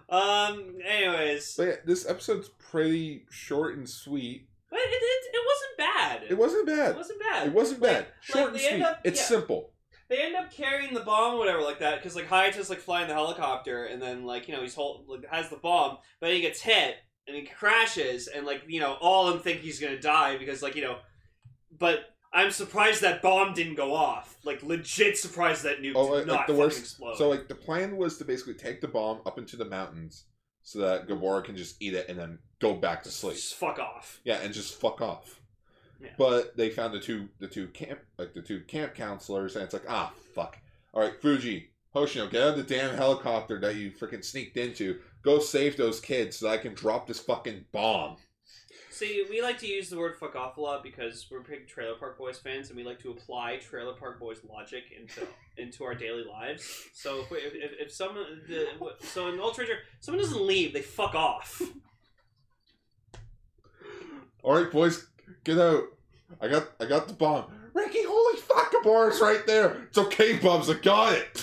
A: um. Anyways,
B: so yeah, this episode's pretty short and sweet.
A: but it, it, it wasn't bad.
B: It wasn't
A: It
B: bad.
A: wasn't bad.
B: It wasn't bad.
A: like,
B: Short
A: they
B: and sweet.
A: end up-
B: it's
A: yeah.
B: simple.
A: they end up carrying the bomb, whatever, like that, because like Hayata's like flying the helicopter, and then like you know he's hold, like has the bomb, but he gets hit and he crashes, and like you know all of them think he's gonna die because like you know, but I'm surprised that bomb didn't go off, like legit surprised that nuke
B: Oh,
A: did
B: like,
A: not
B: like the
A: fucking
B: worst.
A: explode.
B: So like the plan was to basically take the bomb up into the mountains so that Gabora can just eat it and then go back to sleep.
A: just fuck off.
B: Yeah, and just fuck off.
A: Yeah.
B: But they found the two the two camp like the two camp counselors, and it's like ah fuck. All right, Fuji, Hoshino, get out of the damn helicopter that you freaking sneaked into. Go save those kids so that I can drop this fucking bomb.
A: So See, we like to use the word "fuck off" a lot because we're big Trailer Park Boys fans, and we like to apply Trailer Park Boys logic into into our daily lives. So if we, if, if- if someone the, so in Ultra Ranger, someone doesn't leave, they fuck off.
B: All right, boys, get out. I got, I got the bomb. Ricky, holy fuck, a bar is right there. It's okay, Bubs, I got it.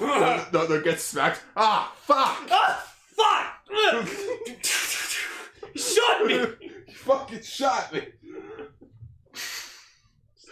B: no, no, get smacked. Ah, fuck.
A: ah, fuck! Shut me!
B: you fucking shot me.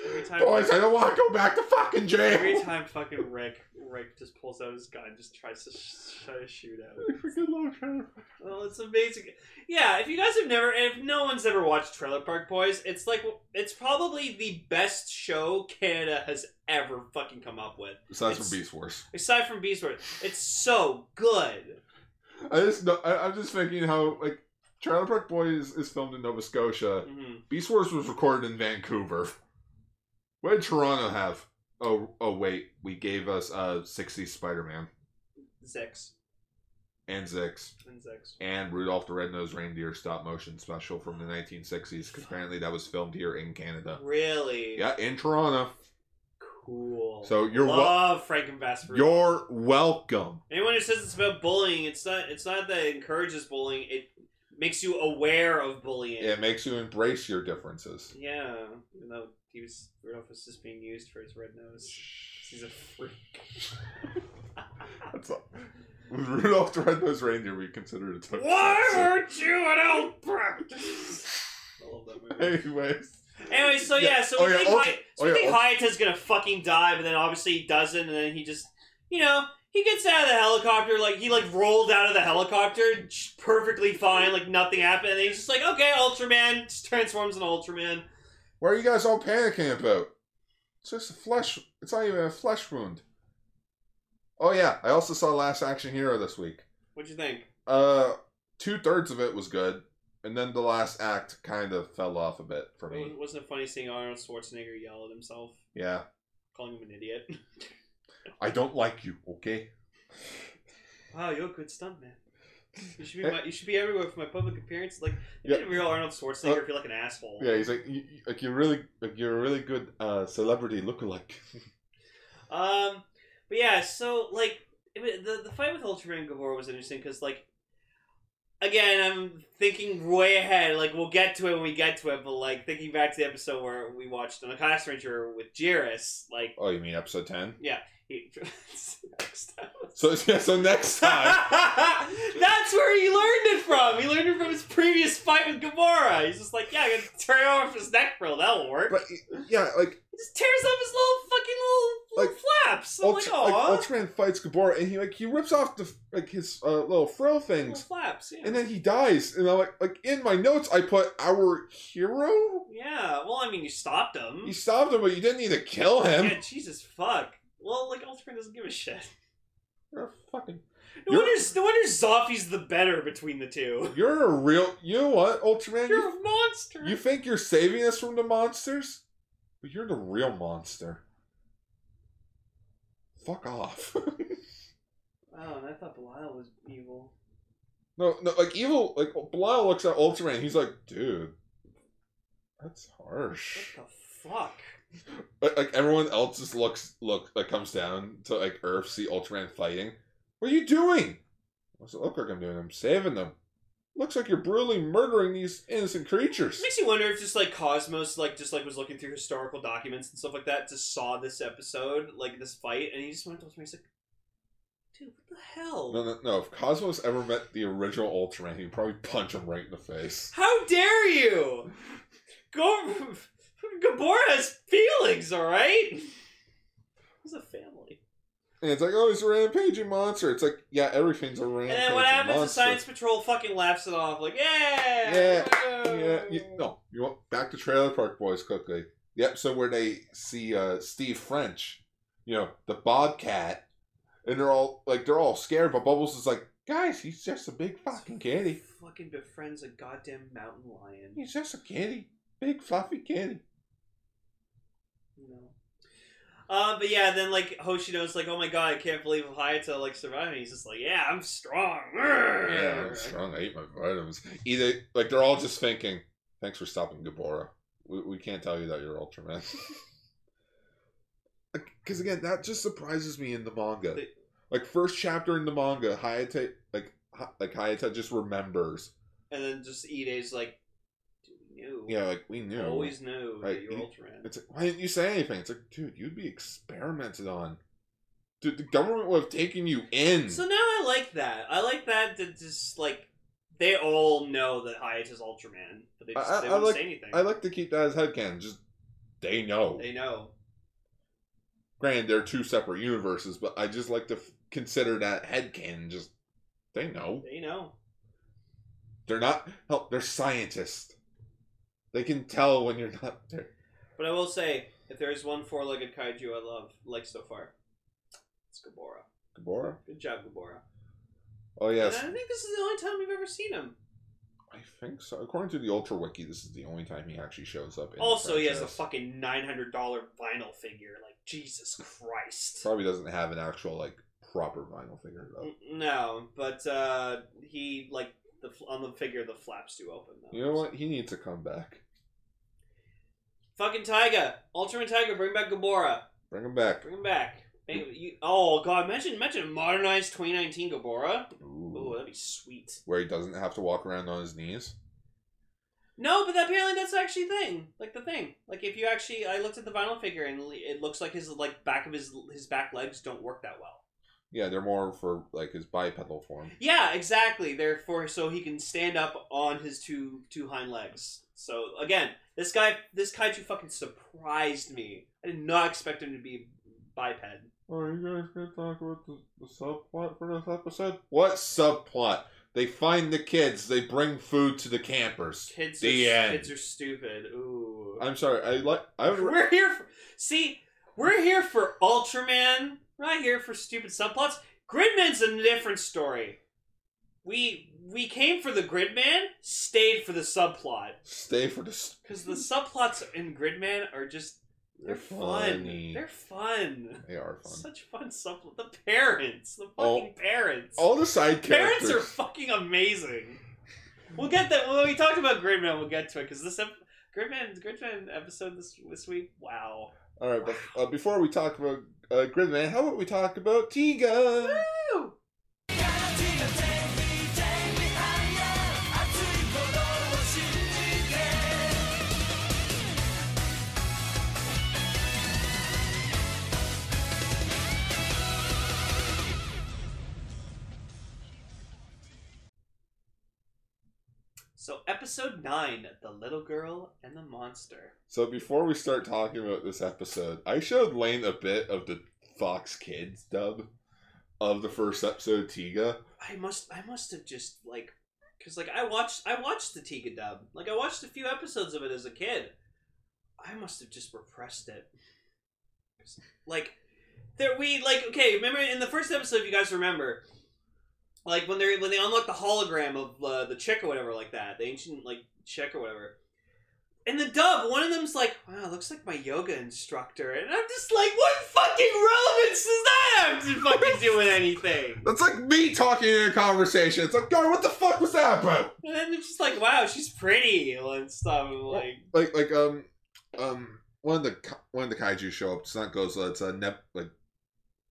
A: Every time,
B: Boys, I don't want to go back to fucking
A: every
B: jail.
A: time, fucking Rick, Rick just pulls out his gun, and just tries to sh- try to shoot out.
B: Freaking long time.
A: Well, it's amazing. Yeah, if you guys have never, if no one's ever watched Trailer Park Boys, it's like it's probably the best show Canada has ever fucking come up with,
B: Besides
A: It's-
B: from Beast Wars.
A: aside from Beastworth. It's so good.
B: I just know, I, I'm just thinking how like Trailer Park Boys is filmed in Nova Scotia.
A: Mhm.
B: Beast Wars was recorded in Vancouver. What did Toronto have? Oh, oh wait, we gave us uh 60 Spider Man
A: Zix
B: and Zix
A: and Zix.
B: and Rudolph the Red-Nosed Reindeer stop motion special from the 1960s because apparently that was filmed here in Canada.
A: Really
B: Yeah, in Toronto.
A: cool.
B: So you're wel-
A: love Frank and Vesper.
B: you're welcome.
A: Anyone who says it's about bullying, it's not. It's not that it encourages bullying. It makes you aware of bullying.
B: It makes you embrace your differences.
A: Yeah, even though he was Rudolph was just being used for his red nose. 'Cause He's a freak.
B: That's all. With Rudolph the Red-Nosed Reindeer, we consider it a tongue
A: Why
B: twister.
A: aren't you an Albrecht? I love that movie.
B: Anyways.
A: Anyway, so yeah, so we
B: Oh, yeah,
A: think,
B: Ultra-
A: Hyatt, so we
B: oh, yeah,
A: think
B: Ultra-
A: Hayata's gonna fucking die, but then obviously he doesn't, and then he just, you know, he gets out of the helicopter, like, he, like, rolled out of the helicopter sh- perfectly fine, like, nothing happened, and he's just like, okay, Ultraman, just transforms into Ultraman.
B: What are you guys all panicking about? It's just a flesh. It's not even a flesh wound. Oh yeah, I also saw Last Action Hero this week.
A: What'd you think?
B: Uh, two thirds of it was good, and then the last act kind of fell off a bit for me.
A: It wasn't it funny seeing Arnold Schwarzenegger yell at himself,
B: Yeah,
A: calling him an idiot?
B: I don't like you. Okay.
A: Wow, you're a good stuntman. You should be my, you should be everywhere for my public appearance. Like, you
B: Yeah.
A: made a real Arnold Schwarzenegger feel like an asshole.
B: Yeah, he's like, you, you- like you're really, like you're a really good uh celebrity lookalike.
A: Um, but yeah, so like it wa- the the fight with Ultraman Gabor was interesting because like again, I'm thinking way ahead. Like we'll get to it when we get to it, but like thinking back to the episode where we watched on the Class Ranger with Jiris, like
B: oh, you mean episode ten?
A: he, next time.
B: So yeah, so next time.
A: That's where he learned it from. He learned it from his previous fight with Gamora. He's just like, yeah, I'm gonna tear off his neck bro. That'll work.
B: but yeah, like
A: he just tears up his little fucking little,
B: Like,
A: little flaps. I'm
B: Ultra,
A: like,
B: like,
A: aw.
B: Ultraman fights Gabor, and he like he rips off the like his uh, little frill
A: little
B: things,
A: flaps. Yeah.
B: and then he dies. And I'm like, like in my notes, I put our hero.
A: Yeah, well, I mean, you stopped him.
B: You stopped him, but you didn't need to kill him.
A: Yeah, Jesus fuck. Well, like Ultraman doesn't give a shit.
B: You're a fucking.
A: No
B: You're-
A: wonder, no wonder Zoffy's the better between the two.
B: You're a real. You know what, Ultraman?
A: You're
B: You,
A: a monster.
B: you think you're saving us from the monsters, but you're the real monster. Fuck off.
A: Oh, and I thought Belial was evil.
B: no, no, like evil. Like Blau looks at Ultraman, he's like, dude, that's harsh.
A: What the fuck?
B: But like everyone else just looks look like comes down to like Earth see Ultraman fighting. What are you doing? What's it look like I'm doing? I'm saving them. Looks like you're brutally murdering these innocent creatures.
A: It makes you wonder if just like Cosmos, like just like was looking through historical documents and stuff like that, just saw this episode, like this fight, and he just went to Ultraman. He's like, dude, what the hell?
B: No, no, no. If Cosmos ever met the original Ultraman, he'd probably punch him right in the face.
A: How dare you? Go, Gabor has feelings, all right. He's a family.
B: And it's like, oh, he's a rampaging monster. It's like, yeah, everything's a
A: And
B: rampaging
A: then what happens? The
B: monster.
A: Science Patrol fucking laughs it off, like, yeah,
B: Yeah, you,
A: Uh.
B: oh, no. You want back to Trailer Park Boys quickly. The episode where they see uh, Steve French, you know, the Bobcat, and they're all like they're all scared, but Bubbles is like, guys, he's just a big fucking kitty.
A: Fucking befriends a goddamn mountain lion.
B: He's just a kitty, big fluffy kitty.
A: You know. Uh, but yeah, then like Hoshino's like, oh my god, I can't believe Hayato like survived. And he's just like, yeah, I'm strong.
B: Yeah, I'm strong. I ate my vitamins. Either like they're all just thinking, "Thanks for stopping Gabora. We, we can't tell you that you're Ultraman." Because again, that just surprises me in the manga.
A: They-
B: Like first chapter in the manga, Hayate like Ha- like Hayate just remembers.
A: And then just Ide's like, dude, we knew.
B: Yeah, like we knew.
A: Always knew
B: Right,
A: that you're
B: he-
A: Ultraman.
B: It's like, why didn't you say anything? It's like, dude, you'd be experimented on. Dude, the government would have taken you in.
A: So now I like that. I like that that just like they all know that Hayat is Ultraman, but they just
B: I- I-
A: they
B: I
A: don't
B: like-
A: say anything.
B: I like to keep that as headcanon. Just they know.
A: they know.
B: granted they're two separate universes but i just like to f- consider that headcanon just they know
A: They know.
B: they're not help they're scientists they can tell when you're not there
A: But I will say, if there is one four-legged kaiju I love like so far, it's Gabora.
B: Gamora?
A: Good job, Gabora.
B: oh yes
A: And I think this is the only time we've ever seen him.
B: i think so according to the ultra wiki this is the only time he actually shows up in the
A: also, he has a
B: franchise.
A: fucking nine hundred dollar vinyl figure. Like Jesus Christ.
B: probably doesn't have an actual like proper vinyl figure though
A: N- No, but uh, he like the fl- on the figure the flaps do open. Though.
B: you know what he needs to come back
A: Fucking Tyga, Ultraman Tyga, bring back Gabora.
B: bring him back
A: Bring him back. Maybe you- oh god, mention mention modernized 2019 Gabora. Ooh,
B: Ooh.
A: that'd be sweet.
B: where he doesn't have to walk around on his knees
A: No, but apparently that's actually a thing. Like the thing. Like if you actually, I looked at the vinyl figure and le- it looks like his like back of his his back legs don't work that well.
B: yeah they're more for like his bipedal form
A: Yeah, exactly. Therefore, so he can stand up on his two two hind legs. So again, this guy, this kaiju fucking surprised me. I did not expect him to be biped.
B: Are you guys gonna talk about the, the subplot for this episode? What subplot? They find the kids. They bring food to the campers.
A: Kids,
B: The
A: are,
B: end.
A: kids are stupid. Ooh,
B: I'm sorry. I like. I was.
A: we're here. For, see, we're here for Ultraman. We're not here for stupid subplots. Gridman's a different story. We we came for the Gridman, stayed for the subplot
B: Stay for this.
A: because the subplots in Gridman are just They're fun. They're fun.
B: They are fun.
A: Such fun stuff. with The parents. The fucking parents.
B: All the side
A: parents
B: characters.
A: are fucking amazing. We'll get that. When we talked about Gridman, we'll get to it because this ep- Gridman, Gridman episode this this week. Wow.
B: All right, but uh, before we talk about uh, Gridman, how about we talk about Tiga?
A: Woo! So episode nine, the little girl and the monster.
B: So before we start talking about this episode, I showed Lane a bit of the Fox Kids dub of the first episode, Tiga.
A: I must I must have just like cuz like I watched I watched the Tiga dub. Like I watched a few episodes of it as a kid. I must have just repressed it. 'Cause, Like there we like okay, remember in the first episode if you guys remember like when they are when they unlock the hologram of uh, the chick or whatever like that, the ancient like chick or whatever. In the dub, one of them's like, "Wow, looks like my yoga instructor," and I'm just like, "What fucking relevance does that have to fucking do with anything?"
B: That's like me talking in a conversation. It's like, God, what the fuck was that about?
A: And then it's just like, wow, she's pretty and stuff. and, like,
B: Like, like, um, um, one of the ki- one of the kaiju show up. It's not Godzilla. It's a neb like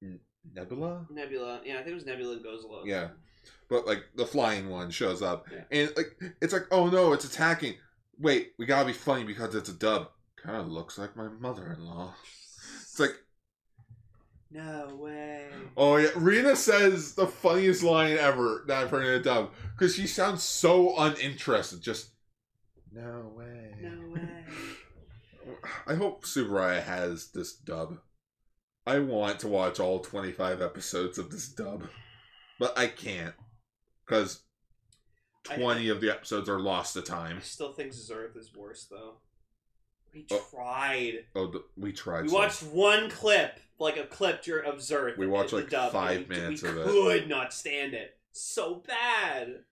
B: n- Nebula.
A: Nebula. Yeah, I think it was Nebula and Godzilla.
B: Yeah, but like the flying one shows up,
A: Yeah.
B: and like it's like, oh no, it's attacking. Wait, we gotta be funny because it's a dub. Kind of looks like my mother-in-law. It's like,
A: No way.
B: oh yeah, Rena says the funniest line ever that I've heard in a dub because she sounds so uninterested. Just no way.
A: No way.
B: I hope Subaraya has this dub. I want to watch all 25 episodes of this dub, but I can't because
A: I-
B: 20 of the episodes are lost to
A: I
B: time.
A: still think Zerth is worse though. We
B: Oh.
A: tried.
B: Oh, th- we tried.
A: we
B: so-
A: watched one clip, like a clip dur- of Zerth.
B: We watched,
A: in the
B: like,
A: dub,
B: five
A: and we-
B: minutes
A: we
B: of it.
A: could not stand it. So bad.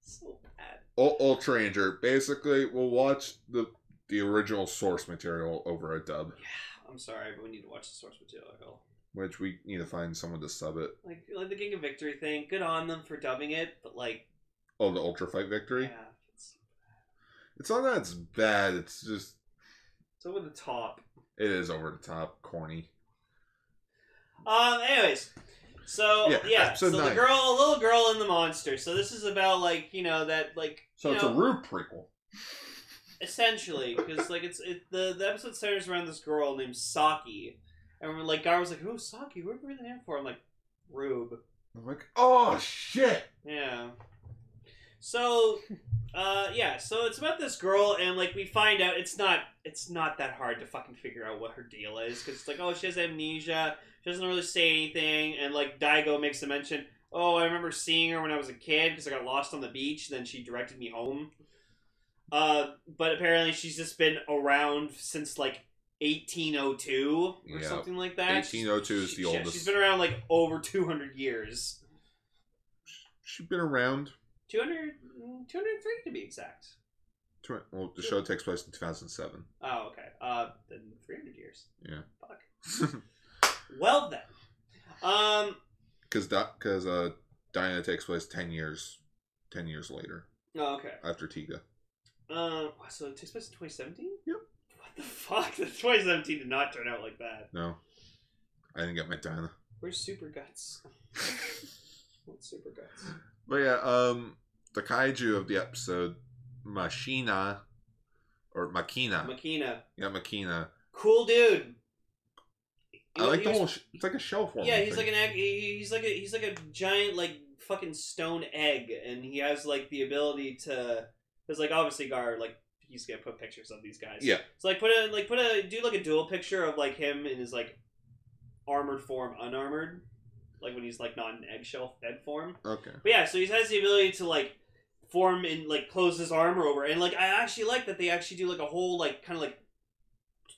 A: So bad.
B: U- Ultra Ranger. Basically, we'll watch the the original source material over a dub.
A: Yeah. I'm sorry, but we need to watch the source material.
B: Which we need to find someone to sub it.
A: Like, like the King of Victory thing. Good on them for dubbing it, but like,
B: Oh, the Ultra Fight
A: yeah,
B: Victory?
A: it's,
B: It's not that it's bad, it's just,
A: it's over the top.
B: it is over the top, corny.
A: Um. Anyways, so yeah,
B: Yeah, episode
A: so the
B: nine.
A: girl, a little girl and the monster. So this is about like you know that like
B: So
A: you
B: it's
A: know,
B: a Rube prequel.
A: essentially because like it's it, the the episode centers around this girl named Saki, and we're like, Gar was like, "Who is Saki? Where where the name for?" I'm like, Rube.
B: I'm like, oh shit!
A: Yeah. So, uh, yeah. So it's about this girl, and like we find out it's not it's not that hard to fucking figure out what her deal is because it's like oh she has amnesia, she doesn't really say anything, and like Daigo makes a mention. Oh, I remember seeing her when I was a kid because I got lost on the beach. Then she directed me home. Uh, but apparently she's just been around since like 1802 or
B: Yeah.
A: something like that.
B: 1802 is
A: She-
B: the
A: yeah,
B: oldest.
A: She's been around like over 200 years.
B: She's been around.
A: 200, 203 to be exact.
B: tw- Well, the show takes place in 2007.
A: Oh, okay. Uh, then 300 years.
B: Yeah.
A: Fuck. Well then. Um.
B: Because because uh, Diana takes place 10 years, 10 years later
A: Oh, okay.
B: after Tiga.
A: Um. wow, so it takes place in 2017.
B: Yep.
A: What the fuck? The 2017 did not turn out like that.
B: No, I didn't get my Diana.
A: Where's Super Guts? What's Super Guts?
B: But yeah, um, the kaiju of the episode, Machina, or Makina.
A: Makina.
B: yeah, Makina.
A: Cool dude.
B: I like
A: He
B: the
A: was-
B: whole. Sh- it's like a shell form.
A: Yeah, he's like an egg. He's like a he's like a giant like fucking stone egg, and he has like the ability to. Because like obviously Gar like he's gonna put pictures of these guys.
B: Yeah.
A: So like put a like put a do like a dual picture of like him in his like armored form, unarmored, like when he's like not in eggshell dead form.
B: Okay.
A: But yeah, so he has the ability to like form and like close his armor over, and like I actually like that they actually do like a whole like kind of like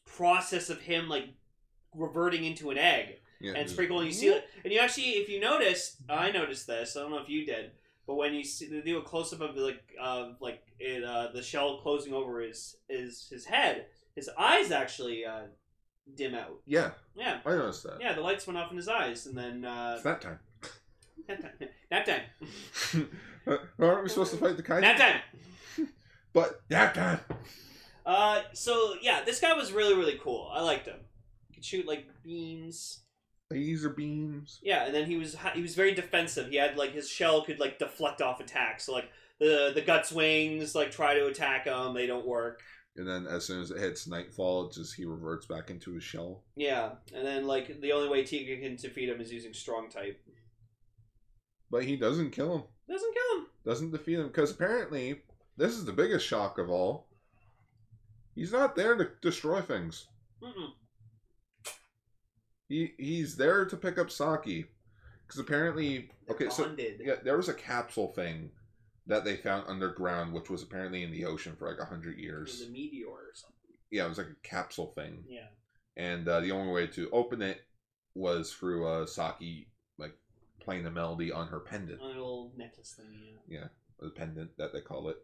A: process of him like reverting into an egg
B: Yeah.
A: and sprinkle, and you see, and you actually, if you notice, I noticed this. I don't know if you did, but when you see, they do a close up of like, uh, like it, uh, the shell closing over his his his head. His eyes actually uh, dim out.
B: Yeah,
A: Yeah,
B: I noticed that.
A: yeah. The lights went off in his eyes, and then uh,
B: It's that time.
A: nap time. Nap time.
B: Uh, Aren't we supposed to fight the kaiju?
A: Nap time.
B: But that time.
A: Uh, so yeah, this guy was really really cool. I liked him. He could shoot like beams.
B: Laser beams.
A: Yeah, and then he was he was very defensive. He had like his shell could like deflect off attacks. So like the the guts wings like try to attack him, they don't work.
B: And then as soon as it hits nightfall, it just he reverts back into his shell.
A: Yeah, and then like the only way Tiga can defeat him is using strong type.
B: But he doesn't kill him.
A: Doesn't kill him.
B: Doesn't defeat him. Because apparently, this is the biggest shock of all. He's not there to destroy things.
A: Mm-mm.
B: He he's there to pick up Saki. Because apparently, okay, so
A: Bonded.
B: yeah, there was a capsule thing that they found underground, which was apparently in the ocean for like a
A: It
B: hundred
A: was
B: years.
A: a meteor or something.
B: Yeah, it was like a capsule thing.
A: Yeah.
B: and uh, the only way to open it was through uh, Saki like playing the melody on her pendant,
A: On a little necklace thing, yeah.
B: the pendant that they call it,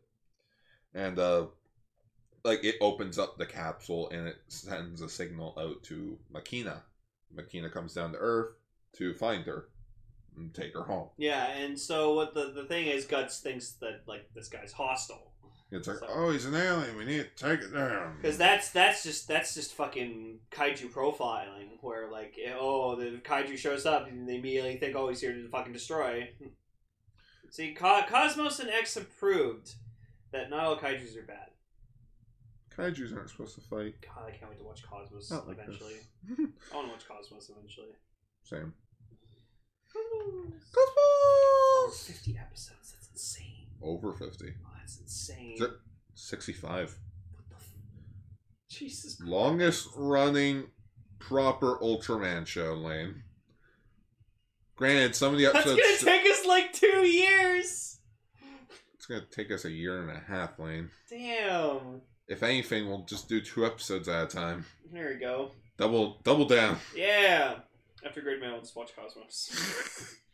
B: and uh, like it opens up the capsule and it sends a signal out to Makina. Makina comes down to Earth to find her and take her home.
A: Yeah, and so what the the thing is Guts thinks that like this guy's hostile.
B: It's like,
A: So-
B: oh, he's an alien. We need to take it down.
A: Because that's that's just that's just fucking kaiju profiling, where like oh the kaiju shows up and they immediately think oh he's here to fucking destroy. See, Co- Cosmos and X have proved that not all kaiju's are bad.
B: kaiju's aren't supposed to fight.
A: God, I can't wait to watch Cosmos
B: Not like
A: eventually.
B: this.
A: I want to watch Cosmos eventually.
B: Same.
A: Oh, Fifty episodes. That's insane.
B: Over fifty.
A: Oh, that's insane.
B: Is it- Sixty-five.
A: What the f- Jesus. Christ.
B: longest running proper Ultraman show, Lane. Granted, some of the
A: That's
B: episodes
A: gonna take us like two years.
B: it's gonna take us a year and a half, Lane.
A: Damn.
B: If anything, we'll just do two episodes at a time.
A: There we go.
B: Double double down.
A: Yeah. After grade mail, just watch Cosmos.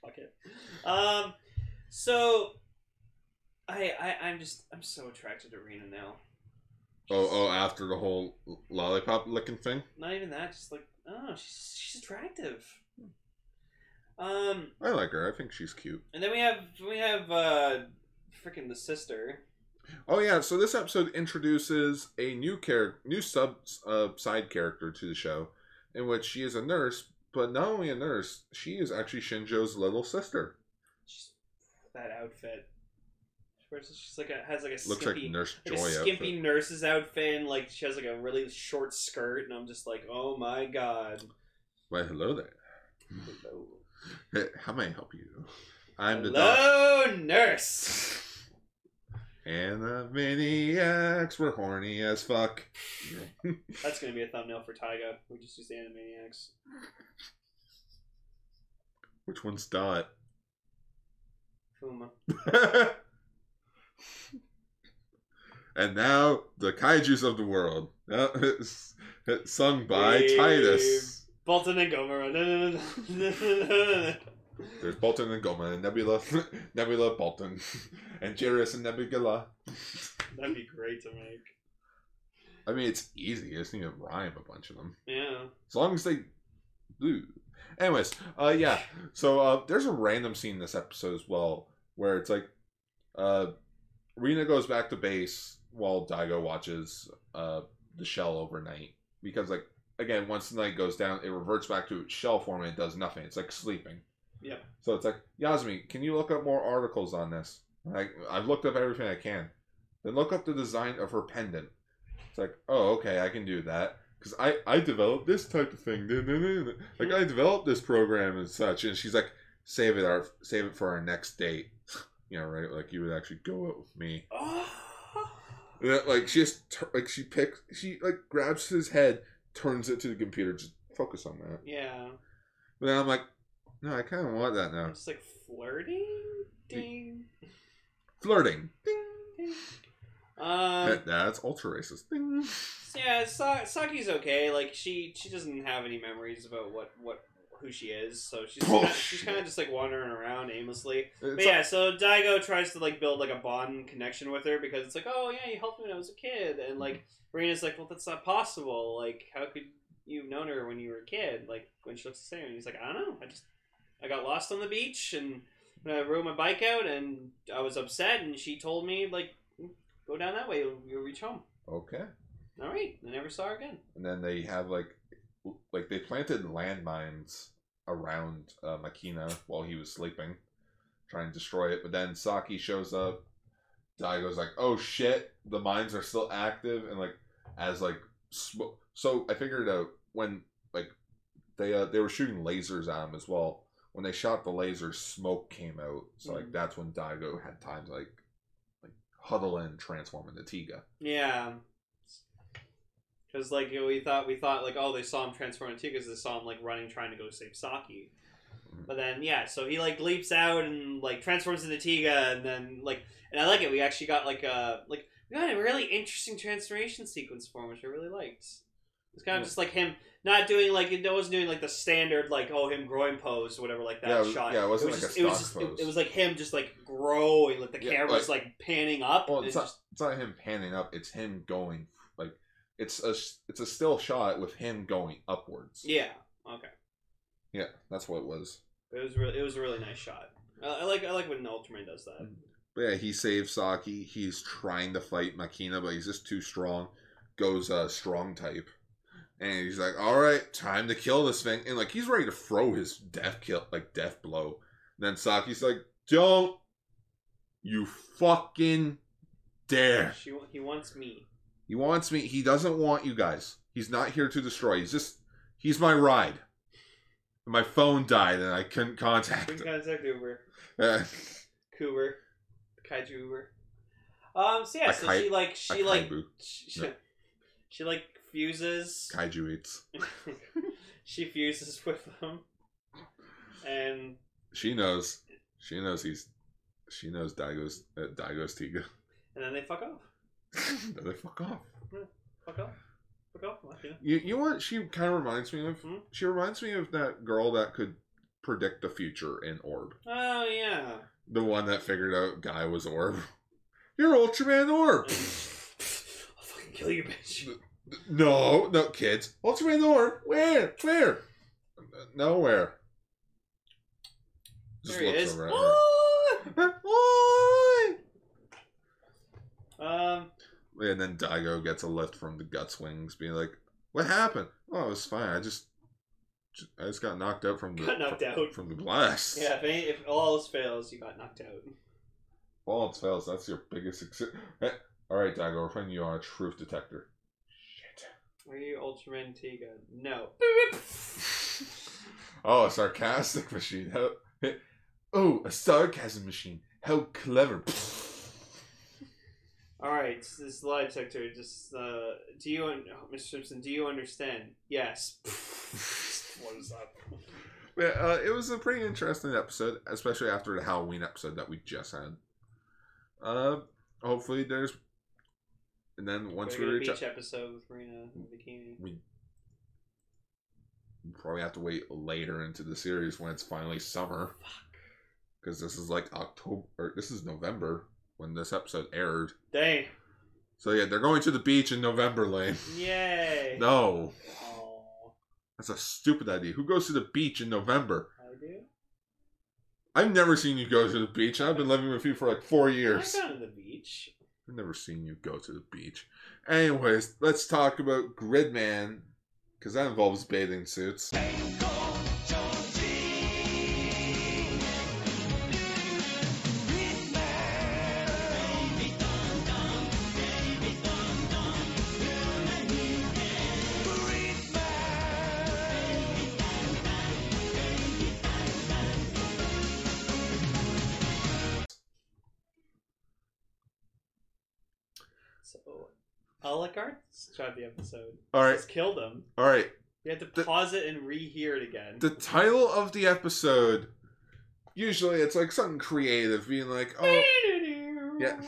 A: Fuck it. Um. So, I, I I'm just I'm so attracted to Rena now.
B: Oh, oh, after the whole lollipop licking thing?
A: Not even that. Just like, oh, she's she's attractive. Um,
B: I like her. I think she's cute.
A: and then we have we have uh, freaking the sister.
B: Oh yeah, so this episode introduces a new character, new sub uh, side character to the show, in which she is a nurse, but not only a nurse, she is actually Shinjo's little sister.
A: She's, that outfit. Where's she's like a has like a
B: Looks
A: skimpy,
B: like Nurse
A: like
B: Joy.
A: a skimpy
B: outfit.
A: nurse's outfit, and like she has like a really short skirt, and I'm just like, oh my god.
B: Well, hello there.
A: Hello,
B: Hey, How may I help you? I'm the doc-
A: Hello nurse.
B: and the maniacs were horny as fuck.
A: That's gonna be a thumbnail for Taiga. We just use Animaniacs.
B: Which one's dot?
A: Fuma.
B: and now the kaiju's of the world, Uh, it's- it's sung by
A: Wave.
B: Titus.
A: Bolton and Gomera. No, no, no, no, no, no, no.
B: There's Bolton and Goma and Nebula, Nebula Bolton, and Jairus and Nebula.
A: That'd be great to make.
B: I mean, it's easy. I just need to rhyme a bunch of them,
A: Yeah.
B: as long as they do. Anyways, uh, yeah. So uh, there's a random scene in this episode as well where it's like, uh, Rena goes back to base while Daigo watches uh the shell overnight because like again once the night goes down it reverts back to its shell form and it does nothing. It's like sleeping.
A: Yep.
B: So it's like Yasmin, can you look up more articles on this? Like I've looked up everything I can. Then look up the design of her pendant. It's like oh okay I can do that. Cause I, I developed this type of thing, like I developed this program and such, and she's like, save it our save it for our next date. You know, right? Like you would actually go out with me.
A: Oh.
B: And that, like she just tur- like she picks she like grabs his head, turns it to the computer, just focus on that.
A: Yeah.
B: But then I'm like, no, I kind of want that now.
A: I'm just like flirting. Ding.
B: Flirting. Ding.
A: ding. Um.
B: That- that's ultra racist. Ding.
A: so Yeah. Sa- Saki's okay. Like she she doesn't have any memories about what what who she is, so she's kinda, she's
B: Bullshit.
A: kind of just like wandering around aimlessly.
B: It's
A: But yeah, so Daigo tries to like build like a bond and connection with her because it's like, oh yeah, you helped me when I was a kid, and like Rena's like, well, that's not possible. Like, how could you have known her when you were a kid? Like when she looks the same. And he's like, I don't know. I just I got lost on the beach and when I rode my bike out and I was upset, and she told me like, go down that way, you'll, you'll reach home.
B: okay.
A: All right, I never saw her again.
B: And then they have like like they planted landmines around uh, Makina while he was sleeping, trying to destroy it. But then Saki shows up. Daigo's like, "Oh shit, the mines are still active." And like as like smoke. So I figured out when like they uh, they were shooting lasers at him as well. When they shot the laser, smoke came out. So like
A: Mhm.
B: that's when Daigo had time to like like huddle in, transform into Tiga.
A: Yeah. Because like we thought, we thought like, oh, they saw him transform into because they saw him like running, trying to go save Saki.
B: Mm-hmm.
A: But then yeah, so he like leaps out and like transforms into Tiga, and then like, and I like it. We actually got like a like we got a really interesting transformation sequence for him, which I really liked. It's kind of
B: Yeah.
A: just like him not doing like it wasn't doing like the standard like oh him growing pose or whatever like that
B: Yeah, it was-
A: shot.
B: yeah, it wasn't
A: was
B: like a
A: just, it was
B: stock
A: just, it-
B: pose.
A: It, was like him just like growing, like the
B: Yeah,
A: camera's like, panning up.
B: Well,
A: and
B: it's
A: just-
B: not, it's not him panning up. It's him going like it's a it's a still shot with him going upwards.
A: yeah.
B: Yeah, that's what it was.
A: It was really, it was a really nice shot. I, I like I like when Ultraman does that.
B: But yeah, he saves Saki. He's trying to fight Makina, but he's just too strong. Goes uh, strong type, and he's like, "All right, time to kill this thing." And like he's ready to throw his death kill, like death blow. And then Saki's like, "Don't you fucking dare!"
A: She wa- he wants me.
B: He wants me. He doesn't want you guys. He's not here to destroy. He's just. He's my ride. My phone died and I couldn't contact
A: Bring
B: him.
A: contact Uber,
B: Uh,
A: Kuber, Kaiju Uber. Um. So yeah.
B: A
A: so
B: kai-
A: she like she
B: a
A: like
B: kaiju.
A: she, she, like fuses.
B: Kaiju eats.
A: she fuses with him, and
B: She knows. She knows he's. She knows Daigo's. Uh, Daigo's Tiga.
A: and then they fuck off.
B: No, they fuck off.
A: Fuck off. Fuck off. What, you know?
B: You, you know what she kind of reminds me of?
A: Hmm?
B: She reminds me of that girl that could predict the future in Orb.
A: Oh yeah.
B: The one that figured out Guy was Orb. You're Ultraman Orb!
A: And- I'll fucking kill your bitch.
B: No, no, kids. Ultraman Norm, where? Where? Nowhere. Just
A: There he is.
B: looks over at her.
A: Ah! Ah! um,
B: And then Daigo gets a lift from the guts wings, being like, "What happened? Oh, it was fine. I just, I just got knocked out from the
A: Got knocked
B: from,
A: out.
B: from the blast.
A: yeah, if, any, if all else fails, you got knocked out.
B: All else fails. That's your biggest success. All right, Daigo, we're putting you on a truth detector.
A: Are you Ultraman Tiga? No.
B: Oh, a sarcastic machine. How, oh, a sarcasm machine. How clever.
A: Alright, s- this lie detector, just, uh, do you, un- oh, Mr. Simpson, do you understand? Yes. what is that?
B: Yeah, uh, it was a pretty interesting episode, especially after the Halloween episode that we just had. Uh, hopefully there's, and then once we
A: We're gonna
B: reach,
A: beach
B: out,
A: episode with Marina in a bikini.
B: we we probably have to wait later into the series when it's finally summer, because this is like October. Or this is November when this episode aired.
A: Dang.
B: So yeah, they're going to the beach in November, Lane.
A: Yay.
B: No,
A: Aw,
B: that's a stupid idea. Who goes to the beach in November?
A: I do.
B: I've never seen you go to the beach. I've been living with you for like four years.
A: I've gone to the beach.
B: I've never seen you go to the beach. Anyways, let's talk about Gridman, because that involves bathing suits.
A: So, Alucard, tried the episode.
B: All right,
A: Just killed him.
B: all right.
A: You have to
B: The-
A: pause it and rehear it again.
B: The title of the episode. Usually, it's like something creative, being like, "Oh, Yeah.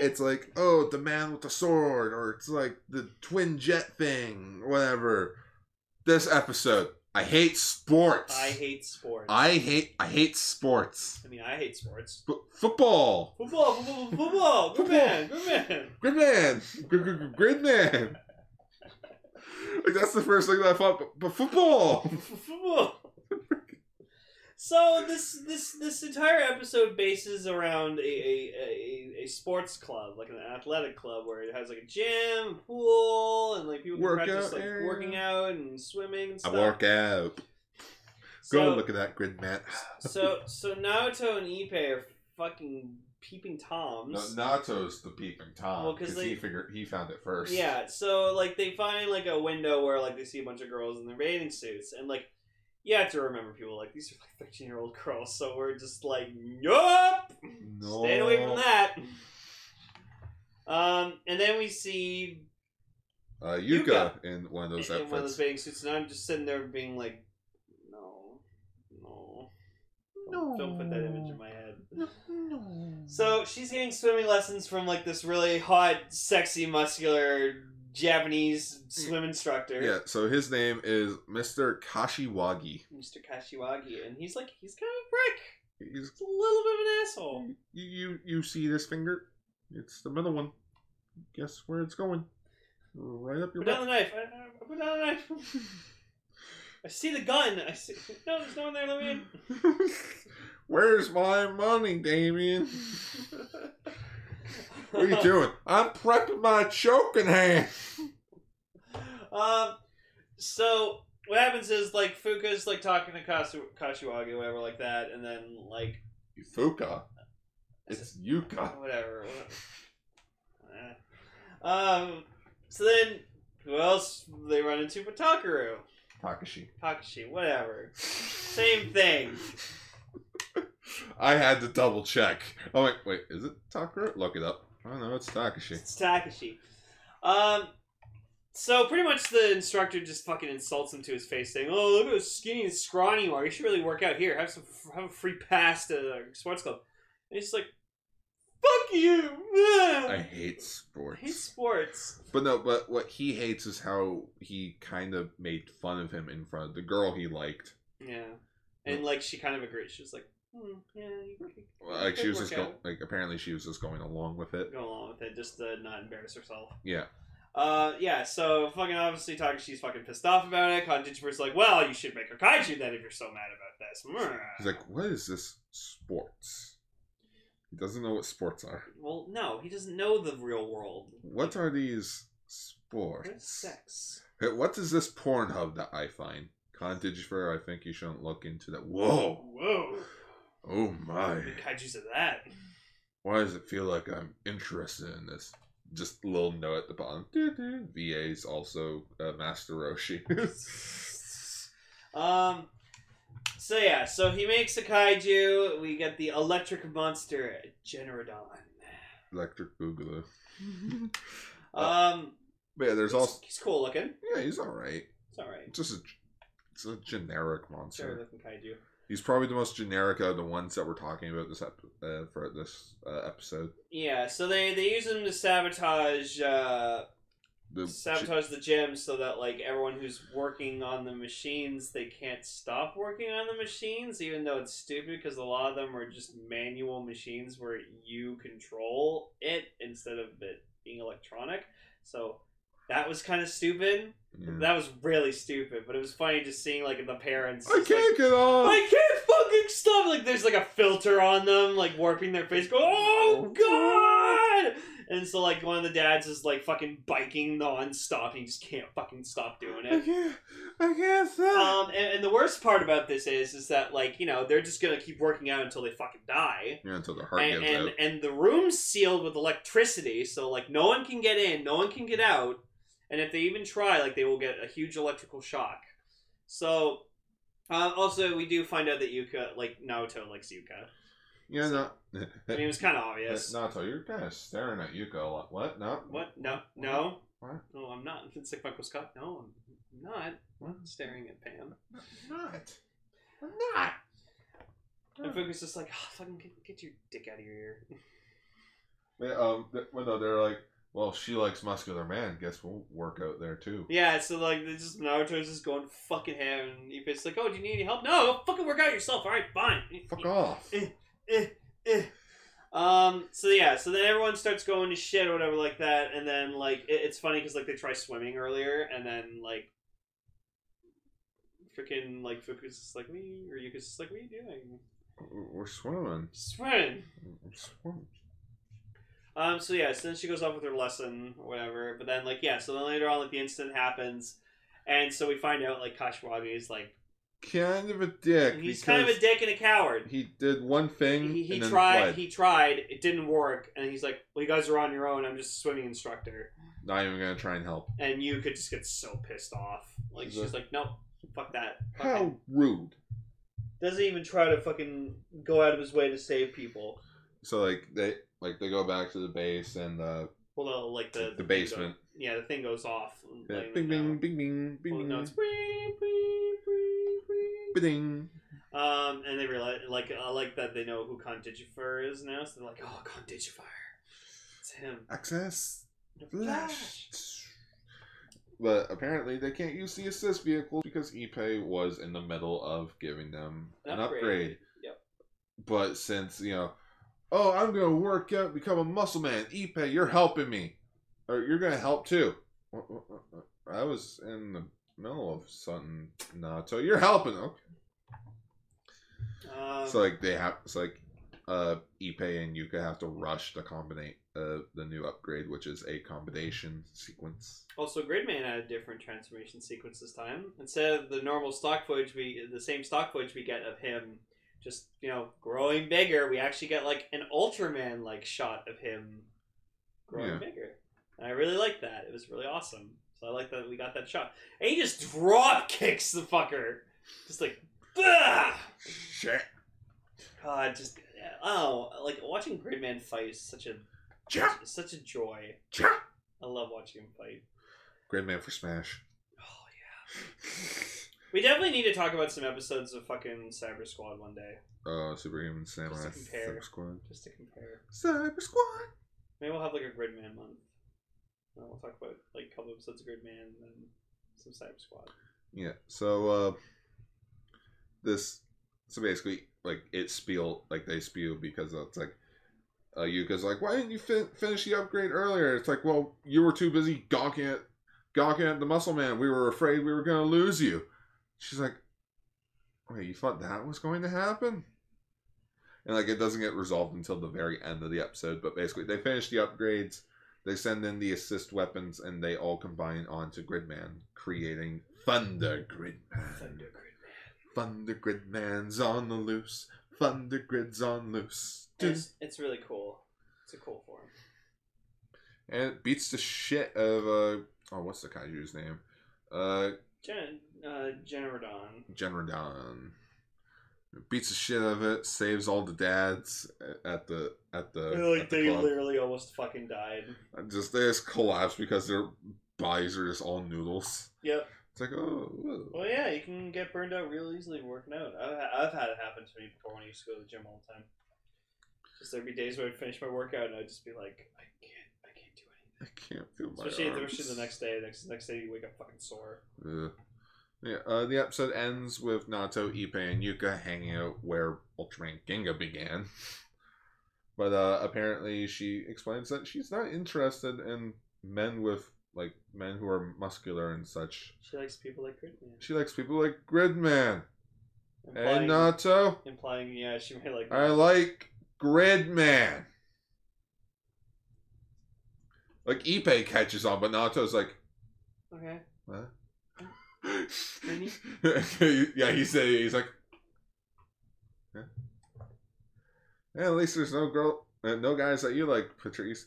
B: it's like, oh, the man with the sword, or it's like the twin jet thing, whatever." This episode, I hate sports.
A: I hate sports.
B: I hate. I hate sports.
A: I mean, I hate sports.
B: F- football.
A: Football, football, football. Good
B: Football.
A: man, good man.
B: Gridman, Gr- gr- gr- Gridman. Like that's the first thing that I thought. But, but football.
A: Football. So this this this entire episode bases around a, a, a, a sports club, like an athletic club, where it has like a gym, pool, and like people can
B: Workout
A: practice like
B: area.
A: working out and swimming and
B: I
A: stuff.
B: work out. Go
A: So-
B: look at that Gridman.
A: so so Naoto and Ipe are fucking peeping toms.
B: Nato's the peeping tom
A: Well, 'cause 'cause he they-
B: figured he found it first.
A: Yeah, so like they find like a window where like they see a bunch of girls in their bathing suits, and like you have to remember people like these are like thirteen year old girls, so we're just like nope,
B: No.
A: stay away from that. Um, and then we see
B: Uh, Yuka, in one of
A: in
B: those
A: in
B: outfits.
A: one of those bathing suits, and I'm just sitting there being like, no, no, Don't- don't put that image in my head. So she's getting swimming lessons from like this really hot, sexy, muscular Japanese swim instructor,
B: yeah. So his name is Mr. Kashiwagi.
A: Mr. Kashiwagi, and he's like he's kind of a prick,
B: He's
A: he's a little bit of an asshole.
B: you, you you see this finger? It's the middle one. Guess where it's going? Right up your.
A: Put
B: butt.
A: down the knife. I, I, I put down the knife. I see the gun. I see. No, there's no one there. Let me in.
B: Where's my money, Damien? What are you doing? I'm prepping my choking hand.
A: Um, so what happens is like Fuka's like talking to Kasu- Kashiwagi, whatever, like that, and then like
B: Fuka. It's Yuka.
A: whatever. whatever. Eh. um, so then who else they run into? But Takaru,
B: Takashi.
A: Takashi, whatever. Same thing.
B: I had to double check. I'm like, wait, is it Takaru? Look it up. Oh no, it's Takashi.
A: It's Takashi. Um, so pretty much the instructor just fucking insults him to his face, saying, "Oh, look how skinny and scrawny you are. You should really work out here. Have some, have a free pass to the sports club." And he's like, "Fuck you!
B: I
A: I
B: hate
A: hate
B: sports.
A: sports."
B: But no, but what he hates is how he kind of made fun of him in front of the girl he liked.
A: Yeah, and like she kind of agreed. She was like, hmm, yeah, you could
B: Like she was just
A: Workout.
B: go- like apparently she was just going along with it.
A: go along with it just to not embarrass herself.
B: Yeah.
A: Uh, yeah, so fucking obviously Taka, she's fucking pissed off about it. Con Digimor's like, well, you should make a kaiju then if you're so mad about this.
B: He's like, "What is this sports?" He doesn't know what sports are.
A: well, no, he doesn't know the real world.
B: What are these
A: What is
B: sports?
A: sex?
B: Hey, What is this Pornhub that I find? Contage fair. I think you shouldn't look into that. Whoa!
A: Whoa.
B: Oh
A: The
B: my!
A: kaiju's at that.
B: Why does it feel like I'm interested in this? Just a little note at the bottom. Doo-doo. VA's also uh, Master Roshi.
A: um, so yeah, so he makes a kaiju. We get the electric monster, Generodon.
B: Electric Boogaloo. Uh,
A: Um,
B: But yeah, there's
A: he's-
B: also
A: he's cool looking.
B: yeah, he's all right.
A: It's alright.
B: Just a it's a generic
A: Sure
B: monster.
A: looking kaiju.
B: He's probably the most generic out of the ones that we're talking about this ep- uh, for this uh, episode.
A: Yeah, so they they use him to sabotage uh
B: The
A: sabotage the gym so that like everyone who's working on the machines they can't stop working on the machines even though it's stupid because a lot of them are just manual machines where you control it instead of it being electronic. So that was kind of stupid.
B: Mm.
A: That was really stupid, but it was funny just seeing like the parents.
B: I
A: just, like,
B: can't get off.
A: I can't fucking stop. Like, there's like a filter on them, like warping their face. Go, oh god! And so, like, one of the dads is like fucking biking nonstop. He just can't fucking stop doing
B: I
A: it.
B: can't. I can't stop.
A: Um, and, and the worst part about this is, is that like you know they're just gonna keep working out until they fucking die.
B: yeah, until the heart
A: And,
B: gives
A: and
B: out.
A: and the room's sealed with electricity, so like no one can get in, no one can get out, and if they even try, like they will get a huge electrical shock. So, uh, also we do find out that Yuka, like Naoto, likes Yuka.
B: Yeah, no.
A: I mean, it was kind of obvious.
B: Nato, you're kind of staring at Yuko a lot. What? No.
A: What? No, no,
B: What?
A: no, I'm not. It's like Michael Scott. No, I'm not. I'm staring at Pam.
B: Not. I'm not.
A: And Fuku's just like, "Ah, fucking get, get your dick out of your ear.
B: They, um, they, well, no, they're like, well, she likes muscular man. Guess we'll work out there too.
A: Yeah, so like they just Naruto's just going fucking ham and Ippei's like, Oh, do you need any help? No, go fucking work out yourself, alright, fine.
B: Fuck off.
A: Eh, eh, eh. Um, so yeah, so then everyone starts going to shit or whatever like that, and then like it, it's funny because like they try swimming earlier, and then like freaking like Fuku's just like me or Yuka's just like, What are you doing?
B: We're swimming.
A: Swim.
B: We're swimming.
A: Um, so yeah, so then she goes off with her lesson or whatever. But then like yeah, so then later on like the incident happens, and so we find out like Kashiwagi is like
B: Kind of a dick.
A: he's
B: because
A: kind of a dick and a coward.
B: He did one thing.
A: He, he
B: and then
A: tried,
B: fled.
A: he tried, it didn't work, and he's like, "Well, you guys are on your own. I'm just a swimming instructor."
B: Not even gonna try and help.
A: And you could just get so pissed off. Like
B: Is
A: she's
B: it-
A: like, "Nope, fuck that." Fuck it."
B: How rude.
A: Doesn't even try to fucking go out of his way to save people.
B: So like they like they go back to the base and uh,
A: Well, no, like the
B: the
A: thing
B: basement.
A: goes- yeah, the thing goes off.
B: Yeah,
A: Like,
B: Bing, bing,
A: no.
B: bing, bing, bing,
A: Well, no,
B: bing,
A: it's "Bing, bing, bing, bing."
B: bing.
A: Um, and they realize, like, I like that they know who Count Digifer is now, so they're like, oh, Count Digifer. It's him.
B: Access.
A: The
B: Flash. But apparently they can't use the assist vehicle because Ipe was in the middle of giving them
A: An
B: an,
A: upgrade.
B: upgrade.
A: Yep.
B: But since, you know, oh, I'm going to work out, become a muscle man. Ipe, you're helping me. Or you're going to help too. Wha- wha- wha- wha- I was in the middle of something. Nato, you're helping. Okay.
A: Um,
B: So like they have, it's like uh Ipe and Yuka have to rush to combine uh, the new upgrade, which is a combination sequence.
A: also, Gridman had a different transformation sequence this time. Instead of the normal stock footage, we the same stock footage we get of him just you know growing bigger. We actually get like an Ultraman like shot of him growing
B: Yeah.
A: bigger. And I really liked that. It was really awesome. So I like that we got that shot. And he just drop kicks the fucker, just like. "Bah!"
B: Shit.
A: God, just oh, like watching Gridman fight is such a
B: Cha.
A: it's such a joy.
B: Cha.
A: I love watching him fight.
B: Great man for Smash.
A: Oh yeah. We definitely need to talk about some episodes of fucking Cyber Squad one day,
B: Uh, Superhuman Samurai
A: Just to compare.
B: Cyber Squad.
A: just to compare.
B: Cyber Squad.
A: Maybe we'll have like a Gridman month. And we'll talk about like a couple episodes of Gridman and then some Cyber Squad.
B: Yeah. So uh, this. So basically, like it spiel like they spew because it's like uh, Yuka's like, why didn't you fin- finish the upgrade earlier? It's like, well, you were too busy gawking at gawking at the muscle man. We were afraid we were gonna lose you. She's like, wait, you thought that was going to happen? And like, it doesn't get resolved until the very end of the episode. But basically, they finish the upgrades. They send in the assist weapons, and they all combine onto Gridman, creating Thunder Gridman.
A: Thunder Grid.
B: Thunder Gridman's on the loose. Thunder Grid's on loose.
A: It's, it's really cool. It's a cool form.
B: And it beats the shit of uh oh what's the kaiju's name? Uh
A: Gen uh, Generadon.
B: Genrodon. It beats the shit of it, saves all the dads at the at the,
A: like
B: Uh, at the
A: they
B: club.
A: literally almost fucking died.
B: just they just collapse because their bodies are just all noodles.
A: Yep.
B: It's like oh whoa.
A: Well, yeah, you can get burned out real easily working out. I've, ha- I've had it happen to me before when I used to go to the gym all the time. Just there'd be days where I'd finish my workout and I'd just be like, I can't, I can't do anything.
B: I can't feel my
A: Especially,
B: arms.
A: especially the next day. Next next day you wake up fucking sore.
B: Ugh. Yeah, uh, the episode ends with Nato, Ipe, and Yuka hanging out where Ultraman Ginga began. But uh, apparently, she explains that she's not interested in men with like men who are muscular and such.
A: She likes people like Gridman.
B: She likes people like Gridman. Hey,
A: Implying,
B: Nato,
A: implying, yeah, she may like.
B: I like Gridman. Like Ipe catches on, but Nato's like,
A: Okay.
B: What?
A: Really?
B: yeah, he said he's like. Huh? Yeah, at least there's no girl, uh, no guys that you like, Patrice.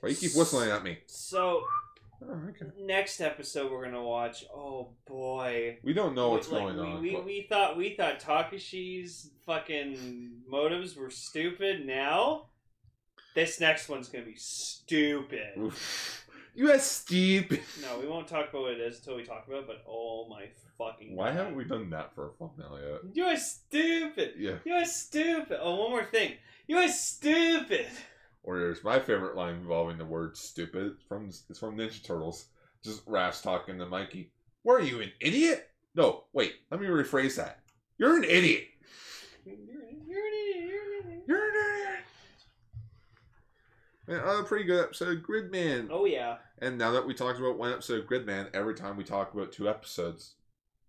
B: Why you keep whistling at me?
A: So
B: Oh, okay.
A: next episode we're gonna watch. Oh boy.
B: We don't know what's
A: Like,
B: going
A: we,
B: on.
A: We,
B: but-
A: we thought we thought Takashi's fucking motives were stupid. Now this next one's gonna be stupid.
B: Oof. You are stupid.
A: No, we won't talk about what it is until we talk about. it, But oh my fucking!
B: Why
A: God.
B: haven't we done that for a thumbnail yet?
A: You are stupid.
B: Yeah.
A: You are stupid. Oh, one more thing. You are stupid.
B: Or there's my favorite line involving the word "stupid" from it's from Ninja Turtles. Just Raph's talking to Mikey. Were you an idiot? No, wait. Let me rephrase that. You're an idiot.
A: You're, you're an idiot. You're an idiot.
B: You're an idiot. Man, uh, pretty good episode, Gridman.
A: Oh yeah.
B: And now that we talked about one episode of Gridman, every time we talk about two episodes,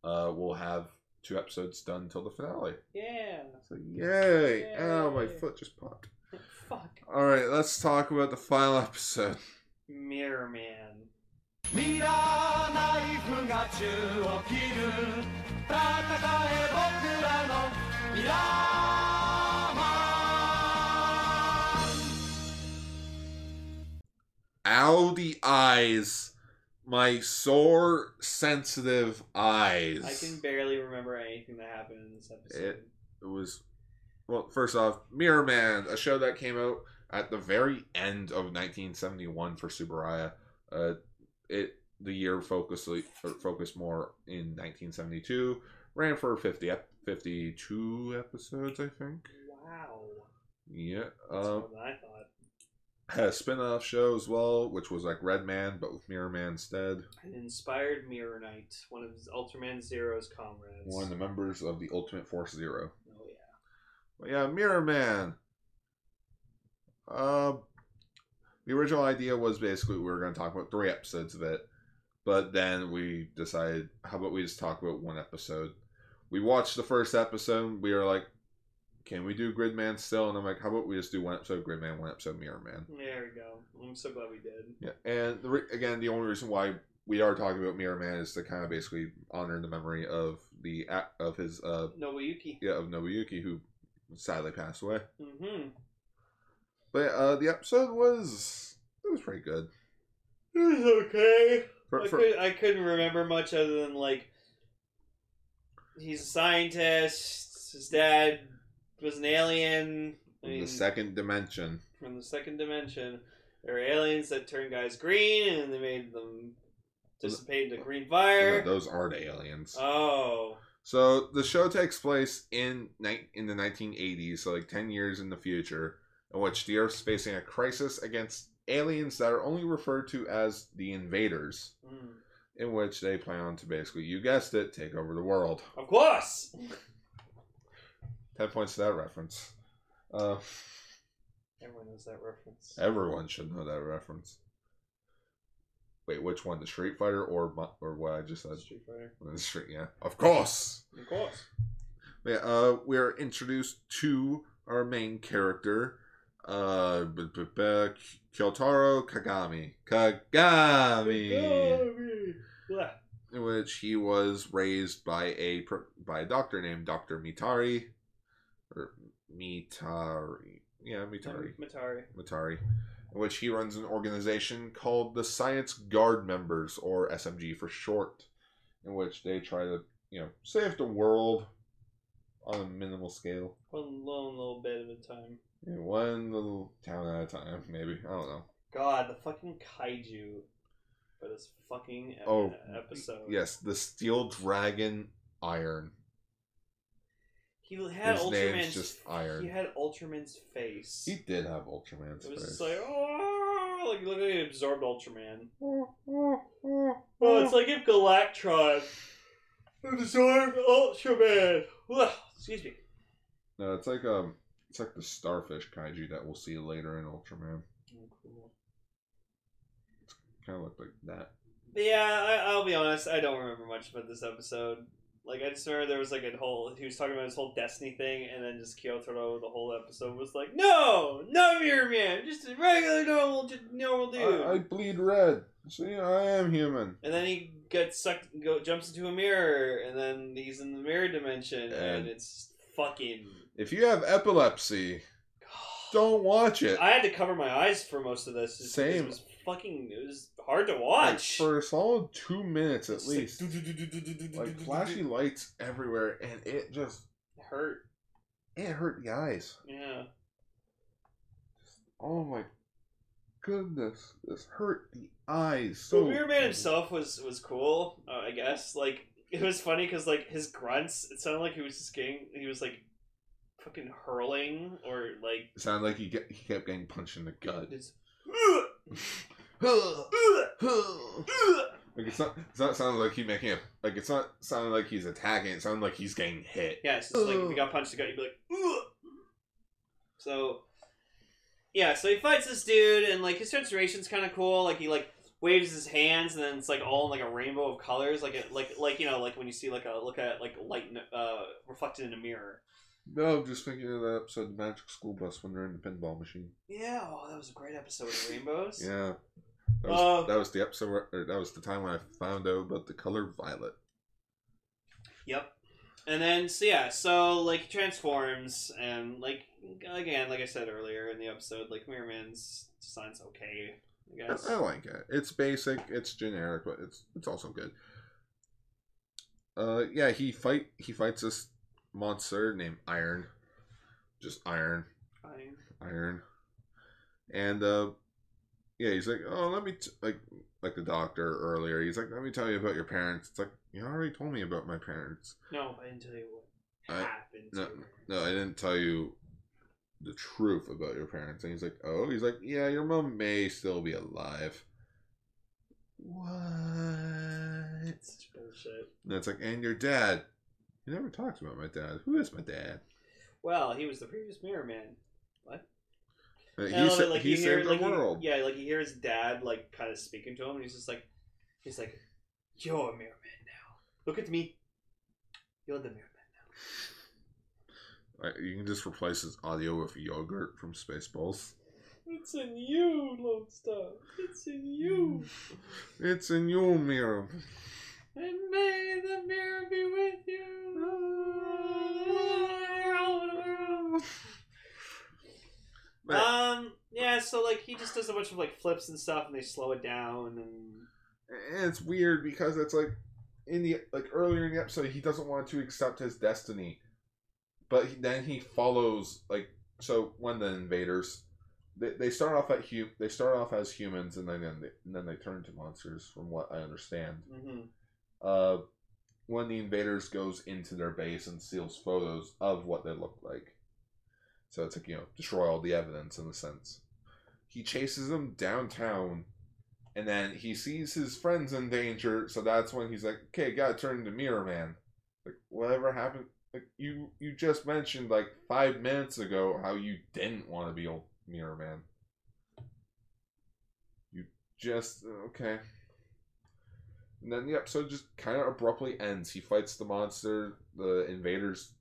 B: uh, we'll have two episodes done till the finale.
A: Yeah.
B: So yay!
A: Yay.
B: Ow, my foot just popped.
A: Fuck.
B: All right, let's talk about the final episode.
A: Mirror Man.
C: ミラーナイフが宙を切る戦え僕らのミラーマン
B: Ow, the eyes, my sore sensitive eyes.
A: I can barely remember anything that happened in this episode.
B: It- it was well first off mirror man a show that came out at the very end of 1971 for subaraya uh it the year focused or focused more in 1972 ran for 50 ep- 52 episodes i think
A: wow.
B: yeah
A: That's
B: um
A: more than I thought.
B: had a spin-off show as well which was like red man but with mirror man instead
A: An inspired Mirror Knight, one of Ultraman Zero's comrades.
B: one of the members of the ultimate force zero
A: Oh yeah.
B: But yeah, Mirror Man. Uh, the original idea was basically we were going to talk about three episodes of it, but then we decided, how about we just talk about one episode? We watched the first episode. We were like, can we do Gridman still? And I'm like, how about we just do one episode of Gridman, one episode of Mirror Man?
A: There we go. I'm so glad we did.
B: Yeah, and the re- again, the only reason why we are talking about Mirror Man is to kind of basically honor the memory of the a- of his uh
A: Nobuyuki.
B: yeah of Nobuyuki who sadly passed away.
A: Mm-hmm.
B: But uh, the episode was it was pretty good.
A: It was okay.
B: For,
A: I,
B: for,
A: could, I couldn't remember much other than like he's a scientist. His dad was an alien. I
B: the
A: mean,
B: second dimension,
A: from the second dimension. There were aliens that turned guys green, and they made them dissipate into green
B: No,
A: fire.
B: those aren't aliens.
A: Oh,
B: so the show takes place in ni- in the 1980s, so like 10 years in the future, in which the Earth's facing a crisis against aliens that are only referred to as the invaders,
A: Mm.
B: in which they plan to basically, you guessed it, take over the world.
A: of course.
B: Ten points to that reference. Uh,
A: Everyone knows that reference.
B: everyone should know that reference. Wait, which one? The Street Fighter or my, or what I just said?
A: Street Fighter.
B: The Street, yeah, of course.
A: Of course.
B: Yeah, uh, we are introduced to our main character, uh, b- b- b- Kyotaro Kagami. Kagami,
A: Yeah.
B: in which he was raised by a pr- by a doctor named Doctor Mitari, or Mitari, yeah, Mitari,
A: Matari.
B: Mitari, in which he runs an organization called the Science Guard Members, or SMG for short, in which they try to, you know, save the world on a minimal scale.
A: One lone little bit at a time.
B: Yeah, one little town at a time, maybe. I don't know.
A: God, the fucking kaiju for this fucking e-
B: Oh,
A: episode.
B: Yes, the Steel Dragon Iron.
A: He had
B: His
A: Ultraman's
B: name's just Iron.
A: He had Ultraman's face.
B: He did have Ultraman's
A: it was
B: face.
A: just like, oh, like literally he absorbed Ultraman.
B: Oh.
A: Well, it's like if Galactron absorbed Ultraman. Ugh, Excuse me.
B: no, it's like um, it's like the starfish kaiju that we'll see later in Ultraman. Kind of looked like that.
A: Yeah, I, I'll be honest. I don't remember much about this episode. Like, I just remember there was like a whole. He was talking about his whole Destiny thing, and then just Kyotaro the whole episode was like, "No, not Mirror Man, just a regular normal, just normal dude."
B: I, I bleed red. See, I am human.
A: And then he gets sucked, go jumps into a mirror, and then he's in the mirror dimension, and,
B: And-
A: it's fucking.
B: If you have epilepsy, don't watch it.
A: I had to cover my eyes for most of this. It's-
B: Same.
A: It was fucking. It was hard to
B: Like,
A: watch.
B: for a solid two minutes at
A: It's like,
B: least. like flashy lights everywhere, and it just
A: It hurt.
B: it hurt the eyes.
A: Yeah.
B: Oh my goodness, this hurt the eyes
A: So
B: so.
A: Mirror Man himself was was cool, uh, I guess. Like it was funny because like his grunts, it sounded like he was just getting. He was like fucking hurling or like.
B: It sounded like he get, he kept getting punched in the gut.
A: It's,
B: like it's not it's not sounding like he making a like it's not sounding like he's attacking. It sounded like he's getting hit.
A: Yeah, it's just like if you got punched in the gut, you'd be like, Ugh! so yeah. So he fights this dude, and like his transformation's kind of cool. Like he like waves his hands, and then it's like all in like a rainbow of colors, like it like like you know like when you see like a look at like light in a- uh, reflected in a mirror.
B: No, I'm just thinking of that episode, the Magic School Bus, when they're in the pinball machine.
A: Yeah, oh, that was a great episode of Rainbows.
B: Yeah. That was,
A: Uh,
B: that was the episode, where, or that was the time when I found out about the color violet.
A: Yep. And then so yeah, so like he transforms and like again, like I said earlier in the episode, like Mirror Man's design's okay, I
B: I,
A: guess.
B: I like it. It's basic. It's generic, but it's it's also good. Uh, yeah, he fight he fights this monster named Iron, just Iron,
A: Fine.
B: Iron, and uh, yeah, he's like, oh, let me t-, like like the doctor earlier. He's like, let me tell you about your parents. It's like you already told me about my parents.
A: No, I didn't tell you what
B: I-
A: happened.
B: no,
A: to her.
B: no, I didn't tell you the truth about your parents. And he's like, oh, he's like, yeah, your mom may still be alive. What?
A: It's such bullshit.
B: And it's like, and your dad. He never talks about my dad. Who is my dad?
A: Well, he was the previous Mirror Man.
B: Uh,
A: And I
B: He,
A: love it,
B: sa-
A: Oh, like,
B: he
A: you hear-
B: saved
A: like,
B: the
A: you-
B: world.
A: yeah, like you hear his dad like kind of speaking to him, and he's just like, he's like, "You're a Mirror Man now. Look at me. You're the Mirror Man."
B: Like, you can just replace his audio with yogurt from Spaceballs.
A: It's in you, Lone Star. It's in you.
B: It's a new mirror.
A: And may the mirror be with you.
B: But-
A: Um, yeah, so like he just does a bunch of like flips and stuff and they slow it down and
B: and it's weird because it's like in the like earlier in the episode he doesn't want to accept his destiny but he, then he follows like so when the invaders they, they start off at hu- they start off as humans and then and then they turn to monsters from what i understand
A: hmm
B: uh when the invaders goes into their base and steals photos of what they look like so it's like you know destroy all the evidence in a sense he chases them downtown and then he sees his friends in danger so that's when he's like okay gotta turn into mirror man like whatever happened like you you just mentioned like five minutes ago how you didn't want to be old Mirror Man. You just uh, okay. And then the episode just kind of abruptly ends. He fights the monster. The invaders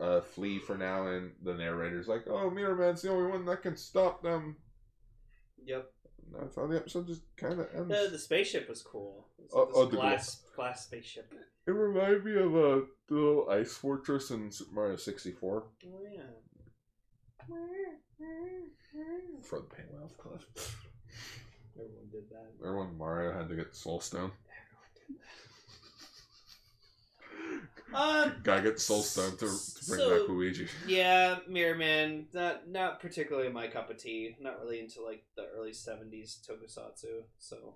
B: uh, flee for now, and the narrator's like, "Oh, Mirror Man's the only one that can stop them."
A: Yep.
B: And that's how the episode just kind of ends.
A: Uh, The, the spaceship was cool. It was
B: Oh,
A: this
B: oh, the
A: glass glass spaceship.
B: It reminded me of a little ice fortress in Super Mario 64.
A: Oh yeah.
B: For the paintwell, of course.
A: Everyone did that.
B: Remember when Mario had to get the Soul Stone?
A: Uh,
B: Gotta get the Soul Stone to, to bring
A: So-
B: back Luigi.
A: yeah, Mirror Man, not not particularly my cup of tea. Not really into like the early '70s tokusatsu, so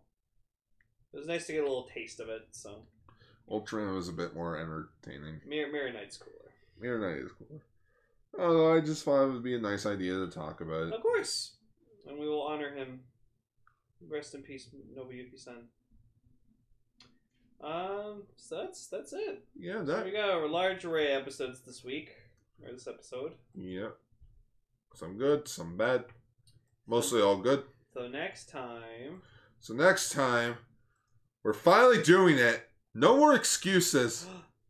A: it was nice to get a little taste of it. So
B: Ultraman was a bit more entertaining.
A: Mirror Mirror Knight's cooler,
B: Mirror Knight is cooler. Although I just thought it would be a nice idea to talk about it.
A: of course, and we will honor him. Rest in peace, Nobuyuki-san. Um, so that's that's it.
B: Yeah,
A: So we
B: that.
A: got a large array of episodes this week, or this episode.
B: Yeah. Some good, some bad. Mostly all good.
A: So next time,
B: So next time, we're finally doing it. No more excuses.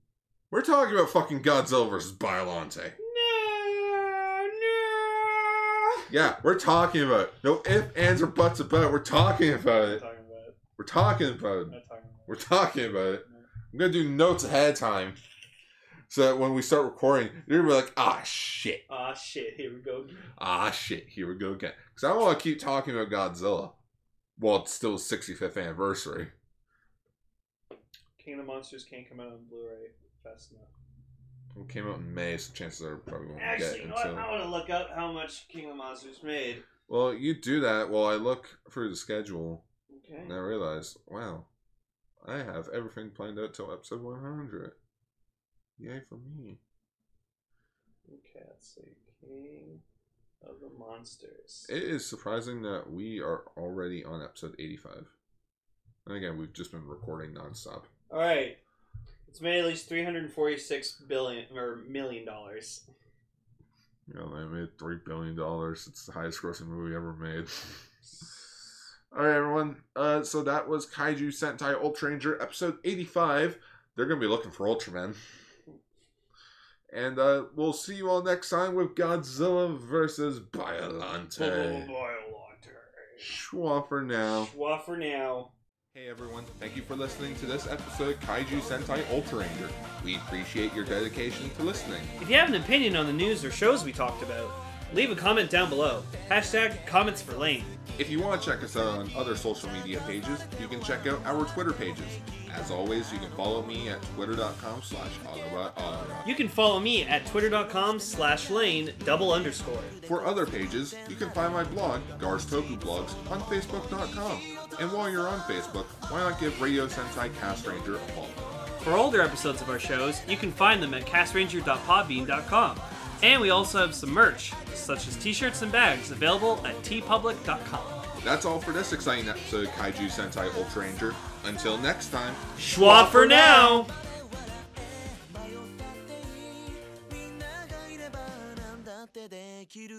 B: We're talking about fucking Godzilla versus Biollante.
A: no, no.
B: Yeah, we're talking about it. No ifs, ands, or buts about it. We're talking
A: Not
B: about it.
A: talking about it.
B: We're talking about it.
A: Not talking about
B: We're talking about it. I'm gonna do notes ahead of time, so that when we start recording, you're gonna be like, ah, shit,
A: Ah, shit. Here we go.
B: ah, shit. Here we go again. Because I want to keep talking about Godzilla. Well, it's still his 65th anniversary.
A: King of the Monsters can't come out on Blu-ray fast enough.
B: It came out in May, so chances are it probably won't
A: Actually,
B: get
A: you know what?
B: until.
A: I want to look up how much King of the Monsters made.
B: Well, you do that while I look through the schedule,
A: Okay.
B: and I realize, wow, I have everything planned out till episode 100. Yay for me.
A: Okay. Let's see. King of the Monsters.
B: It is surprising that we are already on episode 85. And again, we've just been recording nonstop.
A: All right. It's made at least three hundred forty-six billion or million dollars.
B: You know, they made $3 billion. It's the highest grossing movie ever made. All right, everyone. Uh, so that was Kaiju Sentai Ultra Ranger episode 85. They're going to be looking for Ultraman. And uh, we'll see you all next time with Godzilla versus
A: Oh,
B: Biolante. Schwa for now.
A: Schwa for now.
B: Hey everyone, thank you for listening to this episode of Kaiju Sentai Ultra Ranger. We appreciate your dedication to listening.
A: If you have an opinion on the news or shows we talked about, leave a comment down below. Hashtag comments for Lane.
B: If you want to check us out on other social media pages, you can check out our Twitter pages. As always, you can follow me at twitter.com slash Autobot Autobot.
A: You can follow me at twitter.com slash lane double underscore.
B: For other pages, you can find my blog, Gar's Toku Blogs, on Facebook.com. And while you're on Facebook, why not give Radio Sentai Cast Ranger a follow?
A: For older episodes of our shows, you can find them at castranger.podbean.com. And we also have some merch, such as t-shirts and bags, available at tpublic.com.
B: That's all for this exciting episode of Kaiju Sentai Ultra Ranger. Until next time,
A: Schwa for now!
F: みんながいればなんだってできる